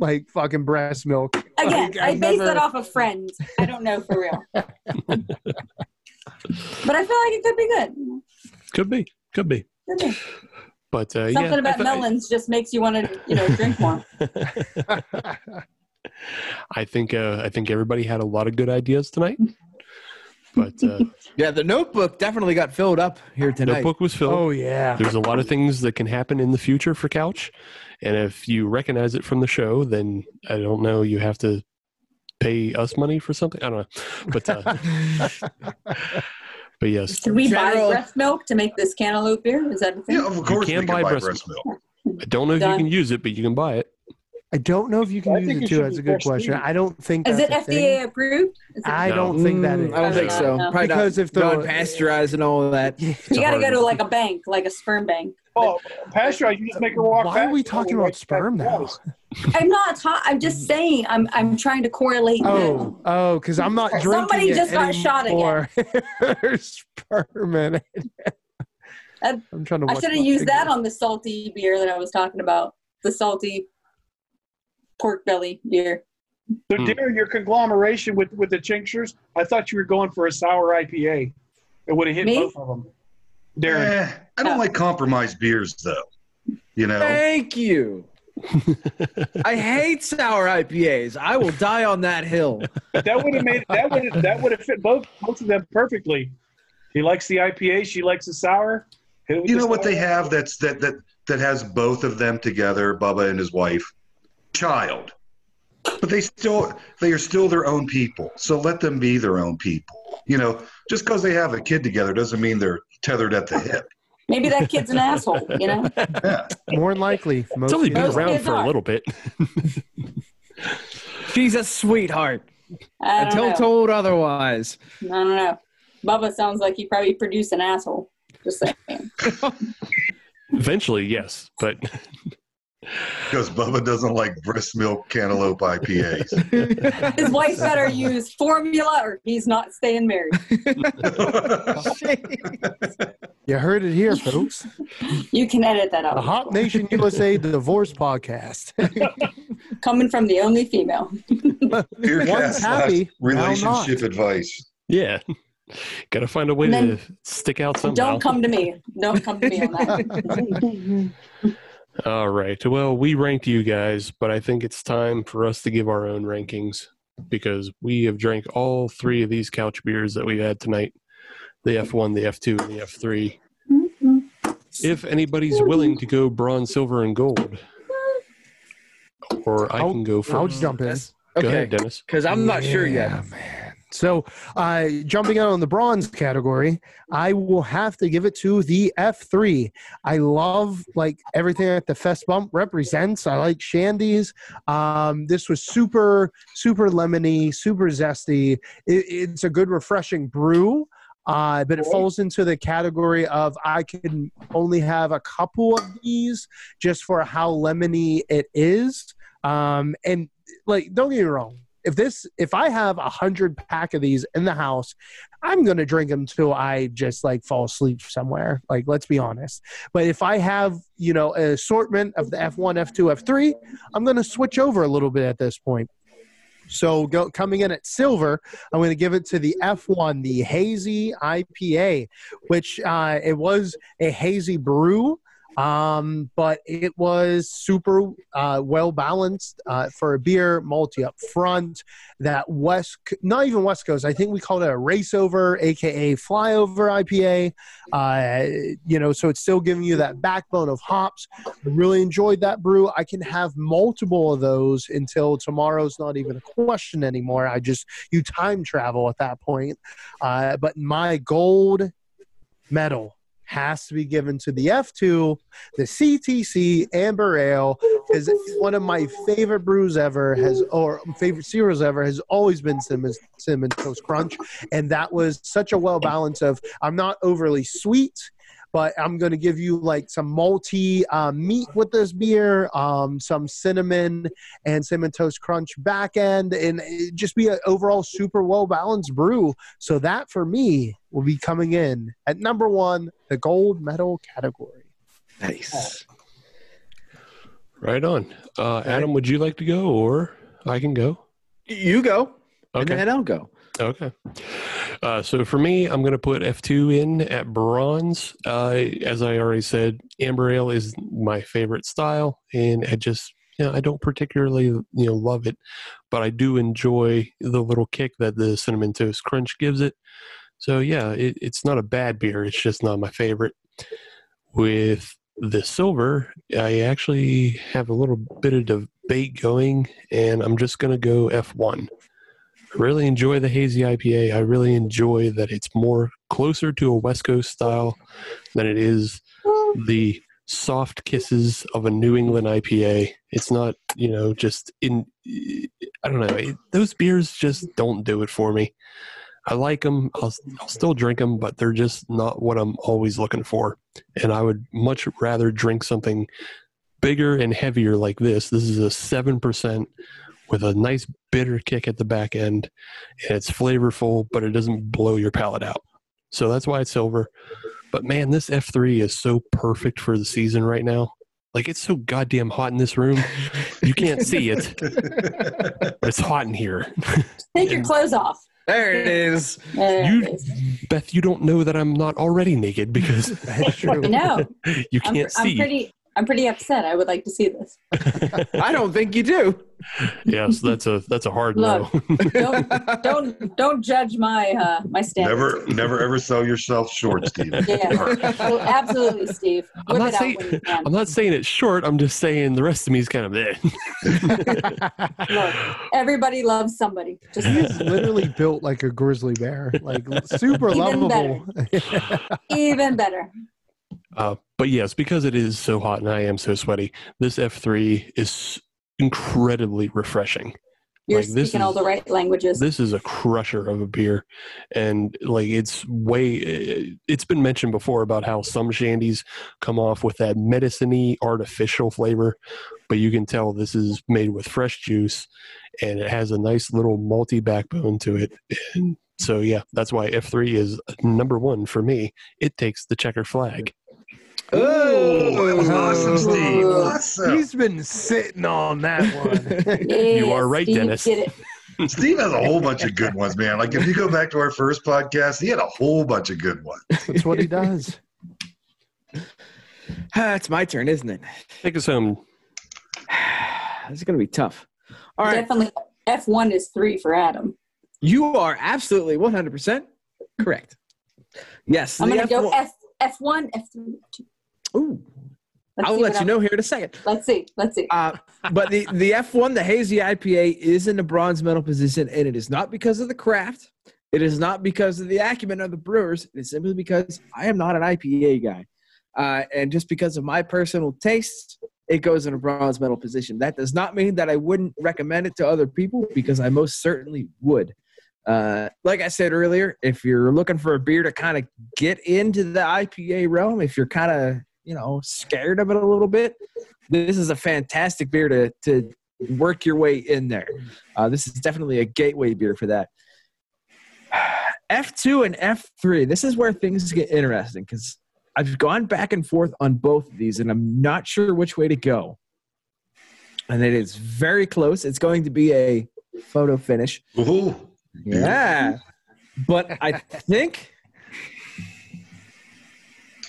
S7: like fucking breast milk.
S8: Again,
S7: Like,
S8: I
S7: I've
S8: base
S7: never-
S8: that off of friends. I don't know for real. but I feel like it could be good.
S1: Could be. Could be.
S8: Could be.
S1: But uh,
S8: Something
S1: yeah, I
S8: about
S1: thi-
S8: melons just makes you want to, you know, drink more.
S1: I think uh, I think everybody had a lot of good ideas tonight. But uh,
S5: Yeah, the notebook definitely got filled up here tonight.
S1: notebook was filled.
S7: Oh yeah.
S1: There's a lot of things that can happen in the future for Couch, and if you recognize it from the show, then I don't know. You have to pay us money for something. I don't know, but uh, but yes,
S8: Should we
S5: General-
S8: buy breast milk to make this cantaloupe beer? Is that a thing?
S6: yeah, of course
S1: can
S6: we
S1: buy
S6: can buy
S1: breast
S6: breast, milk.
S1: I don't know if you
S8: Done.
S1: can use it, but you can buy it.
S7: I don't know if you can
S4: I
S7: use
S4: think
S7: it
S4: it
S7: too.
S4: should
S7: That's
S4: be
S7: a good
S4: fresh
S7: question.
S4: meat.
S7: I don't think
S8: Is it
S7: oh, that's a
S8: FDA
S7: thing. Ah,
S8: approved? Is it-
S7: I
S1: No.
S7: don't think that is.
S5: Mm, I don't think so.
S8: No.
S5: Probably
S7: Because
S5: not,
S7: if the-
S5: non pasteurized and all of that.
S8: you got to
S1: hard
S8: go to
S1: one.
S8: like a bank, like a sperm bank.
S4: Oh, pasteurized. You just make her walk.
S7: Why are
S4: back.
S7: we talking about sperm now?
S8: I'm not. Ta- I'm just saying. I'm. I'm trying to correlate. the-
S7: Oh, oh, because I'm not drinking.
S8: Somebody
S7: it
S8: just got shot
S7: anymore. sperm in it.
S8: That-
S7: I'm trying to.
S8: Uh, I
S7: watch
S8: should have
S7: my
S8: used that
S7: fingers.
S8: on the salty beer that I was talking about. The salty pork belly beer.
S4: So,
S1: Hmm.
S4: during your conglomeration with with the Chinchers, I thought you were going for a sour IPA. It would have hit
S8: Me?
S4: both of them. Darren,
S6: Eh, I don't like compromised beers though. You
S7: Eh,
S6: know,
S5: Thank you. I hate sour IPAs. I will die on that hill.
S4: that would have made that would have that would have fit both both of them perfectly. He likes the IPA. She likes the sour. Hit it with
S6: you
S4: the
S6: know what
S4: sour.
S6: they have that's that that that has both of them together, Bubba and his wife, child. But they still they are still their own people. So let them be their own people. You know, just because they have a kid together doesn't mean they're tethered at the hip.
S8: Maybe that kid's an asshole. You know.
S7: More than likely, most
S1: It's only been
S7: people-
S8: Those
S1: around
S8: kids
S1: for a
S8: are.
S1: little bit.
S5: She's a sweetheart.
S8: I don't
S5: Until
S8: know.
S5: told otherwise.
S8: I don't know. Bubba sounds like he probably produced an asshole. Just saying.
S1: Eventually, yes, but
S6: Because Bubba doesn't like breast milk cantaloupe IPAs.
S8: His wife better use formula, or he's not staying married.
S7: You heard it here, folks.
S8: You can edit that
S7: The
S8: out.
S7: Hop Nation USA Divorce Podcast.
S8: Coming from the only female.
S6: Beer
S7: One's
S6: cast
S7: happy,
S6: last
S7: now not.
S6: relationship advice.
S1: yeah, got to find a way
S8: And
S1: to stick out somehow.
S8: Don't come to me. Don't come to me on that.
S1: All right. Well, we ranked you guys, but I think it's time for us to give our own rankings because we have drank all three of these couch beers that we've had tonight the F1, the F2, and the F3. If anybody's willing to go bronze, silver, and gold, or I can go 1st
S7: I'll jump in.
S5: That's-
S1: Go ahead,
S5: Okay.
S1: Dennis.
S5: Because I'm not sure
S7: Yeah,
S5: yet.
S7: man. So, uh, jumping out on the bronze category, I will have to give it to the F3. I love like everything that the Fest Bump represents. I like Shandy's. Um, this was super, super lemony, super zesty. It, it's a good, refreshing brew. Uh, but it falls into the category of I can only have a couple of these just for how lemony it is. Um, and like, don't get me wrong. If this, if I have a hundred pack of these in the house, I'm gonna drink them till I just like fall asleep somewhere. Like, let's be honest. But if I have, you know, an assortment of the F1, F2, F3, I'm gonna switch over a little bit at this point. So go, coming in at silver, I'm going to give it to the F1, the hazy IPA, which uh, it was a hazy brew, um, but it was super uh, well balanced uh, for a beer, multi up front. That West, C- not even West Coast. I think we called it a race over, aka flyover IPA. Uh, you know, so it's still giving you that backbone of hops. I really enjoyed that brew. I can have multiple of those until tomorrow's not even a question anymore. I just you time travel at that point. Uh, but my gold medal has to be given to the F2, the CTC Amber Ale, because one of my favorite brews ever has, or favorite cereals ever has always been cinnamon, cinnamon toast crunch, and that was such a well balance of I'm not overly sweet. But I'm going to give you like some malty uh, meat with this beer, um, some cinnamon and cinnamon toast crunch back end, and it just be an overall super well balanced brew. So that for me will be coming in at number one, the gold medal category.
S5: Nice.
S1: Right on. Uh, Adam, would you like to go or I can go?
S5: You go, and
S1: Okay.
S5: then I'll go.
S1: Okay. Uh, so for me, I'm going to put F2 in at bronze. Uh, as I already said, amber ale is my favorite style, and I just you know, I don't particularly you know love it, but I do enjoy the little kick that the cinnamon toast crunch gives it. So yeah, it, it's not a bad beer. It's just not my favorite. With the silver, I actually have a little bit of debate going, and I'm just going to go F1 really enjoy the hazy IPA. I really enjoy that it's more closer to a West Coast style than it is the soft kisses of a New England IPA. It's not, you know, just in I don't know. It, those beers just don't do it for me. I like them. I'll, I'll still drink them, but they're just not what I'm always looking for. And I would much rather drink something bigger and heavier like this. This is a 7% with a nice bitter kick at the back end. And it's flavorful, but it doesn't blow your palate out. So that's why it's silver. But man, this F3 is so perfect for the season right now. Like it's so goddamn hot in this room. You can't see it, but it's hot in here.
S8: Take your clothes off.
S5: There it is.
S8: There it
S1: You,
S8: is.
S1: Beth, you don't know that I'm not already naked because
S7: That's true.
S8: no,
S1: you
S8: I'm,
S1: can't
S8: I'm
S1: see.
S8: pretty. I'm pretty upset. I would like to see this.
S5: I don't think you do.
S1: yeah, so that's a that's a hard
S8: Look.
S1: no.
S8: Don't don't don't judge my uh, my standards.
S6: Never, never ever sell yourself short, Steven.
S8: Yeah, well, absolutely, Steve. Whip
S1: I'm not
S8: it out
S1: saying
S8: when you can.
S1: I'm not saying it's short. I'm just saying the rest of me is kind of eh. there.
S8: Look, everybody loves somebody. Just
S7: He's literally built like a grizzly bear, like super
S8: Even
S7: lovable.
S8: even better.
S1: Uh, but yes, because it is so hot and I am so sweaty, this F3 is incredibly refreshing.
S8: You're
S1: Like,
S8: speaking
S1: this
S8: all
S1: is-
S8: the right languages.
S1: This is a crusher of a beer, and like it's way. eh, It's been mentioned before about how some shandies come off with that medicine-y artificial flavor, but you can tell this is made with fresh juice, and it has a nice little malty backbone to it. And so yeah, that's why F3 is number one for me. It takes the checker flag.
S6: Oh, that was awesome, Steve.
S8: Ooh.
S6: Awesome.
S7: He's been sitting on that one.
S1: You
S8: Yeah,
S1: are right,
S8: Steve
S1: Dennis.
S8: did it.
S6: Steve has a whole bunch of good ones, man. Like if you go back to our first podcast, he had a whole bunch of good ones.
S7: That's what he does.
S5: Ah, it's my turn, isn't it?
S1: Take us home.
S5: This is gonna be tough. All right,
S8: Definitely. F1 is three for Adam.
S5: you are absolutely one hundred percent correct. Yes,
S8: I'm
S5: the
S8: going to go
S5: F1
S8: F, F1, F3.
S5: Ooh,
S8: Let's
S5: I'll
S8: see
S5: let
S8: what
S5: you
S8: I'm-
S5: know here in a second.
S8: Let's see. Let's see.
S5: Uh, but the, the F1, the hazy IPA, is in the bronze medal position, and it is not because of the craft. It is not because of the acumen of the brewers. It is simply because I am not an IPA guy. Uh, and just because of my personal taste, it goes in a bronze medal position. That does not mean that I wouldn't recommend it to other people because I most certainly would. Uh, like I said earlier, if you're looking for a beer to kind of get into the IPA realm, if you're kind of you know scared of it a little bit, this is a fantastic beer to to work your way in there. Uh, this is definitely a gateway beer for that. F2 and F3. This is where things get interesting because I've gone back and forth on both of these, and I'm not sure which way to go. And it is very close. It's going to be a photo finish.
S6: Ooh.
S5: Yeah. But I think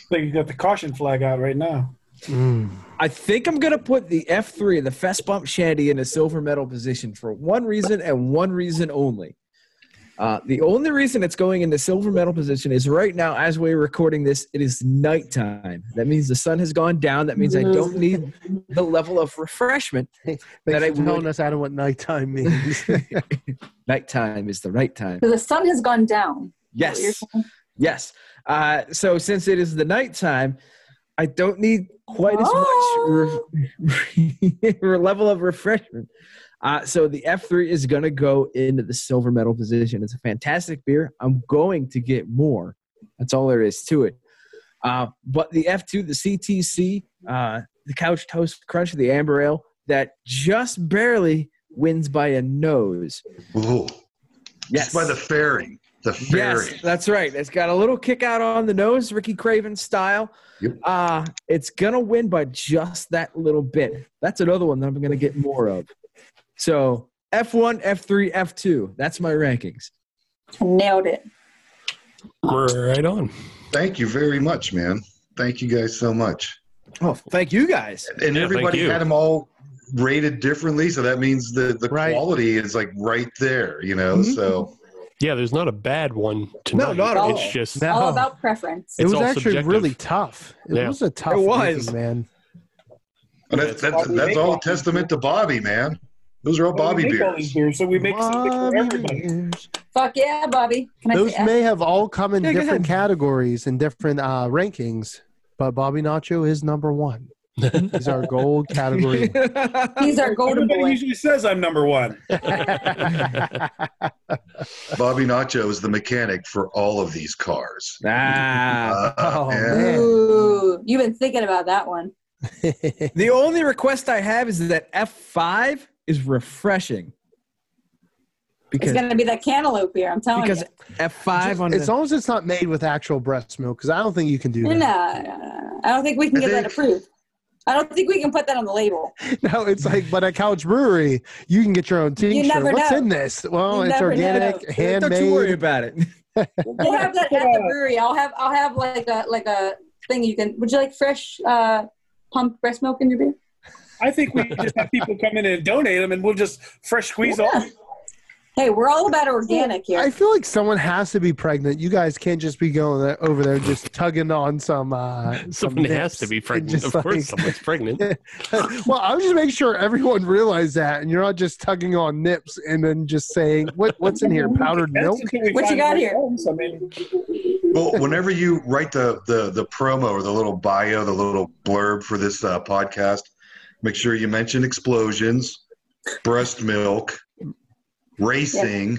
S4: think you got the caution flag out right now.
S5: I think I'm gonna put the F3, the Fest Bump Shandy, in a silver medal position for one reason and one reason only. Uh, the only reason it's going in the silver medal position is right now, as we're recording this, it is nighttime. That means the sun has gone down. That means I
S8: Mm-hmm.
S5: don't need the level of refreshment.
S7: Thanks
S5: That I
S7: for telling
S5: would-
S7: us out of what nighttime means.
S5: Nighttime is the right time.
S8: The sun has gone down. What you're
S5: Yes.
S8: saying?
S5: Yes. Uh, so since it is the nighttime, I don't need quite
S8: Oh.
S5: as much re- re- level of refreshment. Uh, so the F3 is going to go into the silver medal position. It's a fantastic beer. I'm going to get more. That's all there is to it. Uh, but the F2, the CTC, uh, the Couch Toast Crunch, the Amber Ale, that just barely wins by a nose.
S6: Ooh. Just by the fairing. The fairing.
S5: Yes, that's right. It's got a little kick out on the nose, Ricky Craven style.
S6: Yep.
S5: Uh, it's going to win by just that little bit. That's another one that I'm going to get more of. So F1, F3, F2. That's my rankings.
S8: Nailed it.
S1: Right on.
S6: Thank you very much, man. Thank you guys so much.
S5: Oh, thank you guys.
S6: And
S1: Yeah,
S6: everybody
S1: thank you.
S6: had them all rated differently, so that means the, the
S7: Right.
S6: quality is like right there, you know.
S5: Mhm.
S6: So
S1: Yeah, there's not a bad one tonight.
S5: not at
S1: It's
S8: all.
S1: just
S7: No.
S8: All about preference.
S7: it
S1: It's
S7: was
S1: all
S7: actually
S1: subjective.
S7: really tough. It
S1: Yeah.
S7: was a tough
S5: It was.
S7: rating, man.
S6: and that's that's,
S4: Bobby
S6: that's all
S4: Mackey.
S6: testament to Bobby, man. Those are all
S4: Well,
S6: Bobby
S4: we make all
S6: beers.
S4: these beers, so we make something for
S7: Bobby
S4: everybody.
S7: beers.
S8: Fuck yeah, Bobby. Can I
S7: Those
S8: say uh, F?
S7: may have all come in
S5: Yeah, go
S7: different
S5: ahead.
S7: categories and different uh, rankings, but Bobby Nacho is number one. He's our gold category.
S8: He's our golden
S4: Everybody
S8: boy.
S4: usually says I'm number one.
S6: Bobby Nacho is the mechanic for all of these cars.
S5: ah.
S6: Uh,
S7: Oh,
S6: yeah.
S7: man.
S8: Ooh, you've been thinking about that one.
S5: The only request I have is that F5 is refreshing.
S8: It's
S5: Because,
S8: gonna be that cantaloupe beer. I'm telling
S5: because
S8: you.
S5: F5 on
S7: as
S5: the,
S7: long as it's not made with actual breast milk, because I don't think you can do
S8: No,
S7: that.
S8: no, no, no. I don't think we can
S6: I
S8: get
S6: think-
S8: that approved. I don't think we can put that on the label.
S7: No, it's like, but at Couch Brewery, you can get your own
S8: You
S7: t shirt.
S8: never
S7: What's
S8: know.
S7: in this? Well,
S8: You
S7: it's
S8: never
S7: organic,
S8: know.
S5: don't you worry
S7: handmade.
S5: about it.
S8: We'll have that at the brewery. I'll have I'll have like a like a thing you can. Would you like fresh uh, pump breast milk in your beer?
S4: I think we just have people come in and donate them, and we'll just fresh squeeze all.
S8: Yeah. Hey, we're all about organic here.
S7: I feel like someone has to be pregnant. You guys can't just be going there, over there just tugging on some. Uh, some
S1: someone has
S7: nips
S1: to be
S7: and
S1: pregnant.
S7: just
S1: Of
S7: like-
S1: course, someone's pregnant.
S7: well, I'll just make sure everyone realized that, and you're not just tugging on nips and then just saying, "What what's in here? Powdered
S4: That's
S7: milk?"
S4: until we
S8: What you
S4: find
S8: got
S4: the
S8: here?
S4: ones. I mean,
S6: Well, whenever you write the, the the promo or the little bio, the little blurb for this uh, podcast, make sure you mention explosions, breast milk, racing,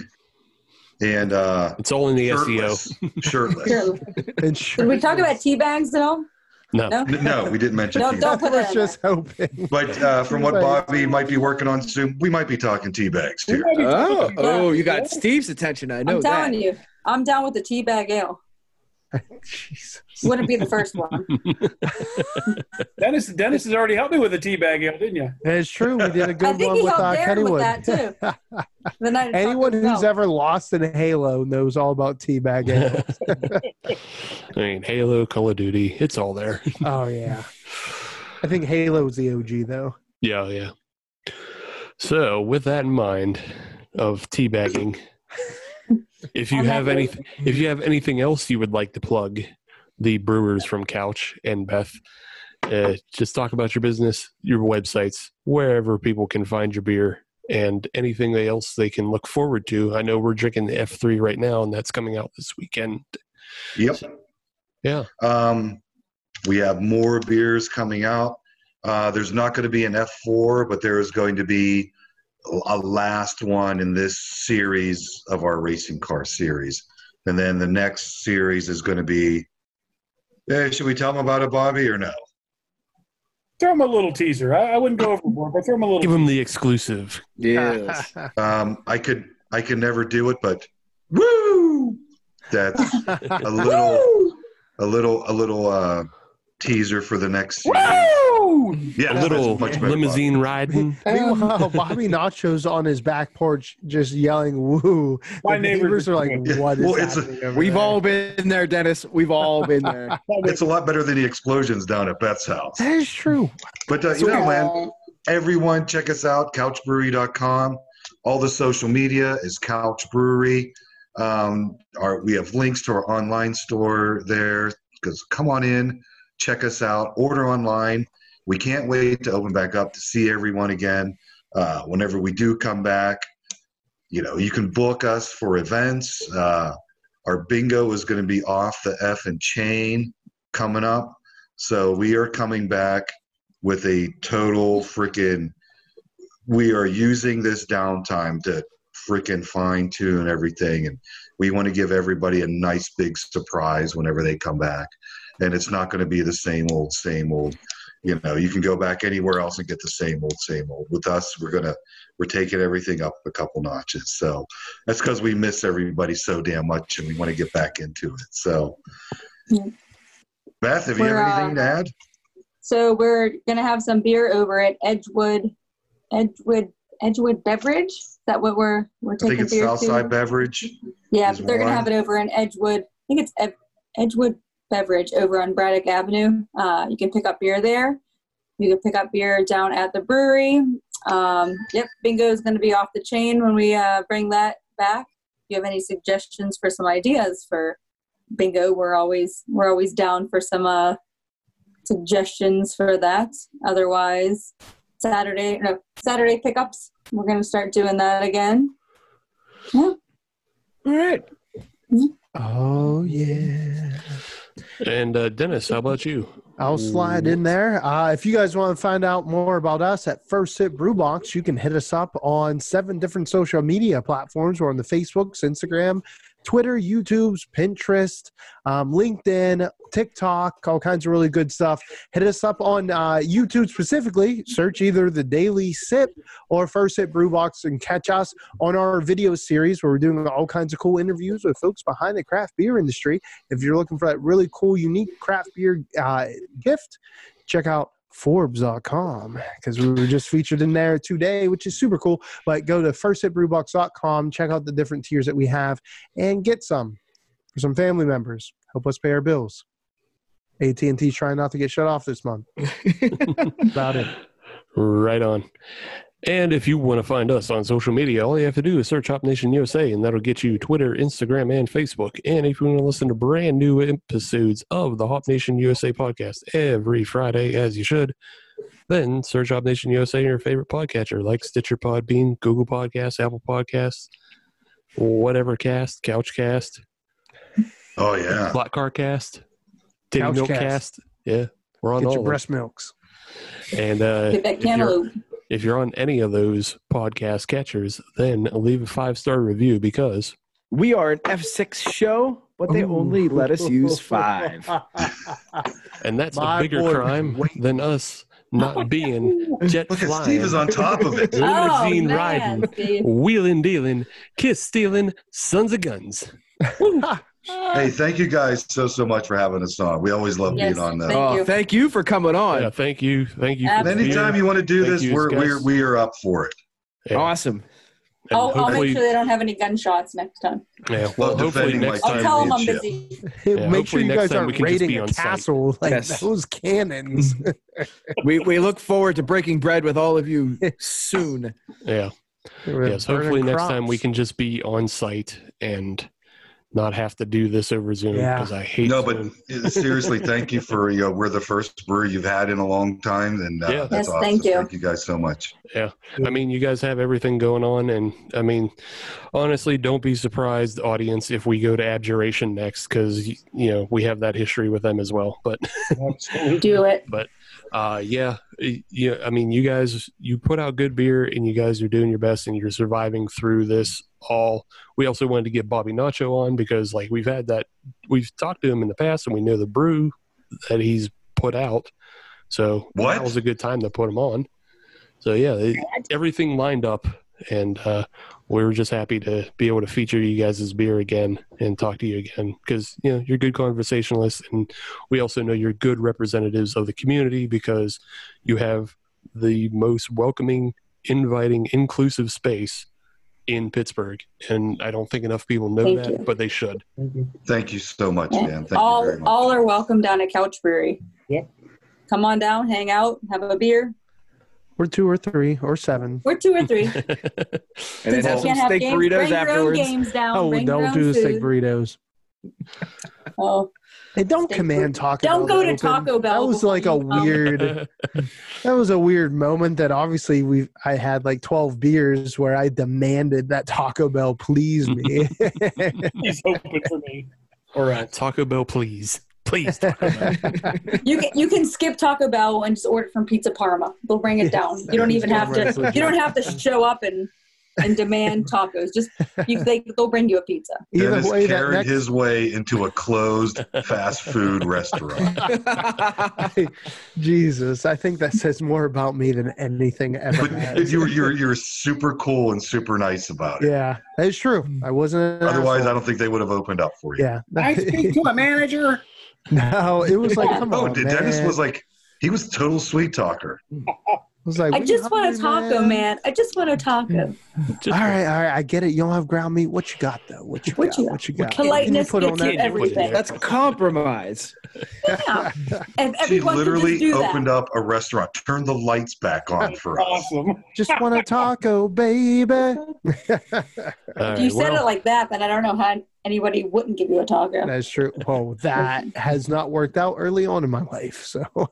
S6: and uh,
S1: It's all in the E SEO.
S6: shirtless. shirtless.
S8: Here,
S7: And
S8: Did
S7: sure,
S8: we talk about tea bags at all?
S1: No.
S8: No.
S6: N- No, we didn't mention.
S8: No,
S6: tea
S8: don't
S6: bags.
S7: I
S8: put it
S7: was
S8: in
S7: just hoping.
S6: But uh, from what Bobby might be working on soon, we might be talking tea bags
S4: we
S6: here.
S4: might be talking
S5: Oh,
S4: about
S5: oh,
S4: that.
S5: you got Steve's attention. I know
S8: I'm telling
S5: that.
S8: you, I'm down with the tea bag ale.
S7: Jesus.
S8: Wouldn't be the first one.
S4: Dennis. Dennis has already helped me with a tea bag, ale, didn't you?
S7: It's true. We did a
S8: I
S7: good
S8: think
S7: one
S8: he
S7: with
S8: helped
S7: uh,
S8: Darren with
S7: Kennywood.
S8: that too. The night of
S7: Anyone
S8: Taco
S7: who's
S8: Bell.
S7: ever lost in Halo knows all about teabagging.
S1: I mean, Halo, Call of Duty, it's all there.
S7: oh yeah, I think Halo's the OG though.
S1: Yeah, yeah. So, with that in mind of teabagging, if you
S8: I'm
S1: have
S8: not
S1: any, if you have anything else you would like to plug, the Brewers from Couch and Beth, uh, just talk about your business, your websites, wherever people can find your beer and anything they else they can look forward to. I know we're drinking the F3 right now, and that's coming out this weekend.
S6: Yep.
S1: Yeah.
S6: Um, we have more beers coming out. Uh, there's not going to be an F4, but there is going to be a last one in this series of our racing car series. And then the next series is going to be. Hey, should we tell them about it, Bobby, or no?
S4: Throw him a little teaser. I, I wouldn't go overboard, but throw him a little.
S1: Give them the exclusive.
S9: Yes.
S6: Um, I could, I could never do it, but woo! That's a little, a little, a little uh, teaser for the next. Series. Yeah,
S1: A
S6: that's
S1: little
S6: much better,
S1: limousine riding.
S7: Meanwhile, Bobby Nacho's on his back porch just yelling "woo."
S4: My
S7: the
S4: neighbors
S7: neighbors are like,
S6: Yeah.
S7: "What is
S6: Well, it's a-
S7: happening?" over
S5: We've
S7: there?"
S5: all been there, Dennis. We've all been there.
S6: Bobby. It's a lot better than the explosions down at Beth's house.
S7: That is true.
S6: But uh, you know, man, everyone check us out, couchbrewery.com. All the social media is Couch Brewery. Um, our, we have links to our online store there. Because come on in, check us out, order online. We can't wait to open back up to see everyone again. Uh, whenever we do come back, you know, you can book us for events. Uh, our bingo is going to be off the F and chain coming up. So we are coming back with a total freaking we are using this downtime to freaking fine tune everything and we want to give everybody a nice big surprise whenever they come back and it's not going to be the same old same old you know you can go back anywhere else and get the same old same old with us we're going to we're taking everything up a couple notches so that's because we miss everybody so damn much and we want to get back into it so
S8: Yeah.
S6: beth have you
S8: We're,
S6: have
S8: uh,
S6: anything to add
S8: So we're gonna have some beer over at Edgewood, Edgewood, Edgewood Beverage. Is that what we're we're
S6: i
S8: taking
S6: think it's
S8: beer
S6: southside
S8: to?
S6: beverage
S8: Yeah,
S6: is
S8: but they're gonna
S6: one.
S8: have it over in Edgewood. I think it's Ed- Edgewood Beverage over on Braddock Avenue. Uh, you can pick up beer there. You can pick up beer down at the brewery. Um, yep, bingo is gonna be off the chain when we uh, bring that back. If you have any suggestions for some ideas for bingo, we're always we're always down for some uh, suggestions for that. Otherwise, Saturday no Saturday pickups. We're gonna start doing that again.
S5: All right.
S7: Oh yeah.
S1: And uh, Dennis, how about you?
S7: I'll slide in there. Uh, if you guys want to find out more about us at First Sip Brew Box, you can hit us up on seven different social media platforms. We're on the Facebooks, Instagram, Twitter, YouTube's, Pinterest, um, LinkedIn, TikTok, all kinds of really good stuff. Hit us up on uh, YouTube specifically. Search either the Daily Sip or First Sip Brew Box and catch us on our video series where we're doing all kinds of cool interviews with folks behind the craft beer industry. If you're looking for that really cool, unique craft beer uh, gift, check out Forbes.com because we were just featured in there today, which is super cool. But go to firsthitbrewbox.com, check out the different tiers that we have, and get some for some family members. Help us pay our bills. AT and T trying not to get shut off this month. About it.
S1: Right on. And if you want to find us on social media, all you have to do is search Hop Nation USA, and that'll get you Twitter, Instagram, and Facebook. And if you want to listen to brand new episodes of the Hop Nation USA podcast every Friday, as you should, then search Hop Nation USA in your favorite podcatcher, like Stitcher Podbean, Google Podcasts, Apple Podcasts, whatever cast, Couchcast,
S6: oh yeah
S1: Black Car Cast, Titty
S7: Couchcast.
S1: Milk Cast. Yeah, we're on
S7: Get
S1: all
S7: your
S1: of them.
S7: breast milks.
S1: And uh,
S8: Get that
S1: if you're-
S8: cantaloupe.
S1: if you're on any of those podcast catchers, then leave a five star review because
S5: We are an F6 show, but they only let us use five.
S1: and that's
S7: My
S1: a bigger
S7: boy,
S1: crime than us not being jet
S6: Look at
S1: flying,
S6: Steve is on top of it.
S1: limousine
S8: Oh, man,
S1: riding,
S8: Steve.
S1: wheeling dealing, kiss stealing, sons of guns.
S8: Ah.
S6: hey, thank you guys so so much for having us on. We always love
S8: Yes,
S6: being on
S8: thank
S6: the.
S5: Oh,
S8: you.
S5: thank you for coming on.
S1: Yeah, thank you, thank you. for
S8: Absolutely.
S6: And
S1: being
S6: anytime
S1: here.
S6: you want to do
S1: Thank
S6: this,
S1: you,
S6: we're
S1: guys.
S6: we're we are up for it.
S1: Yeah.
S5: Awesome.
S1: And
S8: Oh, I'll, I'll
S1: hopefully-
S8: make sure they don't have any gunshots next time.
S1: yeah, well,
S6: Well,
S1: hopefully
S6: defending
S1: next
S6: my
S8: I'll
S6: Time
S8: tell them I'm
S6: leadership.
S8: busy.
S1: hopefully
S7: Make sure you
S1: next
S7: guys
S1: time we
S7: aren't
S1: can just be
S7: raiding a
S1: on site.
S7: castle like
S5: Yes.
S7: those cannons.
S5: We, we look forward to breaking bread with all of you soon.
S1: yeah, yes. Hopefully next time we can just be on site and not have to do this over Zoom
S7: Yeah.
S1: because I hate
S6: no,
S1: Zoom.
S6: but seriously, thank you for you know, we're the first brewery you've had in a long time, and uh,
S1: Yeah.
S6: that's
S8: Yes,
S6: awesome.
S8: thank you.
S6: Thank you guys so much.
S1: I mean, you guys have everything going on, and I mean, honestly, don't be surprised, audience, if we go to Abjuration next, because you know we have that history with them as well. But
S8: Do it.
S1: uh, yeah, y- yeah, I mean, you guys, you put out good beer, and you guys are doing your best, and you're surviving through this all. We also wanted to get Bobby Nacho on because, like, we've had that, we've talked to him in the past, and we know the brew that he's put out. So
S6: What?
S1: that was a good time to put him on. So yeah, it, everything lined up, and uh, we were just happy to be able to feature you guys' beer again and talk to you again because you know you're good conversationalists, and we also know you're good representatives of the community because you have the most welcoming, inviting, inclusive space in Pittsburgh, and I don't think enough people know
S8: Thank
S1: that,
S8: you.
S1: but they should.
S6: Thank you so much,
S8: Yeah.
S6: man. Thank you
S8: all
S6: very much.
S8: all are welcome down at Couch Brewery.
S10: Yep.
S8: Come on down, hang out, have a beer.
S7: Or two or three or seven.
S8: We're two or three.
S5: And then
S8: Since you
S5: have some
S8: can't have
S5: steak
S8: games,
S5: burritos
S8: bring Your own
S5: afterwards.
S8: games down.
S7: Oh,
S8: bring your
S7: don't
S8: own
S7: do the steak
S8: food.
S7: burritos.
S8: Oh,
S7: Hey, don't
S8: Steak
S7: command Taco Bell.
S8: Don't go to
S7: open.
S8: Taco Bell
S7: That was
S8: before
S7: like a
S8: you come.
S7: weird. that was a weird moment. That obviously we have I had like twelve beers where I demanded that Taco Bell please me.
S4: He's open for me.
S1: Or uh, Taco Bell, please, please.
S8: you can you can skip Taco Bell and just order from Pizza Parma. They'll bring it down. You don't even have to. You don't have to show up and and demand tacos. Just you, they they'll bring you a pizza.
S7: Either
S6: Dennis
S7: way, that
S6: carried
S7: next
S6: his way into a closed fast food restaurant.
S7: Jesus, I think that says more about me than anything ever.
S6: But
S7: has.
S6: you were you were you were super cool and super nice about it.
S7: yeah, it's true. I wasn't. an
S6: Otherwise, I
S7: asshole.
S6: don't think they would have opened up for you.
S7: Yeah.
S10: I speak to a manager.
S7: no, it was like come
S6: Oh,
S7: on, man.
S6: Dennis was like he was total sweet talker.
S7: was like,
S8: I
S7: "We
S8: just want a
S7: hungry,
S8: taco, man. I just want a taco.
S7: All right, all right, I get it. You don't have ground meat. What you got though? What you got? What you got?
S8: Politeness
S7: What can you
S8: gets you everything.
S5: That's compromise.
S8: Yeah. If
S6: She
S8: everyone could just
S6: literally
S8: do that.
S6: opened up a restaurant, turned the lights back on for us.
S4: Awesome.
S7: Just want a taco, baby.
S1: All
S8: If you
S1: right,
S8: said
S1: well,
S8: it like that, then I don't know how anybody wouldn't give you a taco.
S7: That's true. Well, that has not worked out early on in my life. So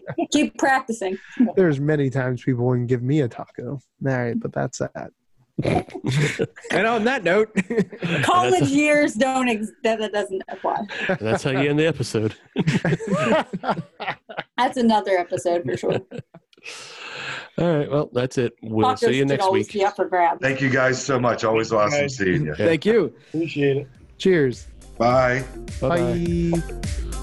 S8: Keep practicing.
S7: there's many times people wouldn't give me a taco. All right, but that's that.
S5: And on that note,
S8: College years don't ex- that, that doesn't apply.
S1: that's how you end the episode.
S8: That's another episode for sure.
S1: All right, well, that's it. We'll
S8: Tacos
S1: see you
S8: should
S1: next
S8: always
S1: week.
S8: be up for grabs.
S6: Thank you guys so much. Always awesome seeing you.
S1: Yeah.
S5: thank you.
S4: Appreciate it.
S7: Cheers.
S6: Bye.
S1: Bye-bye.
S7: Bye.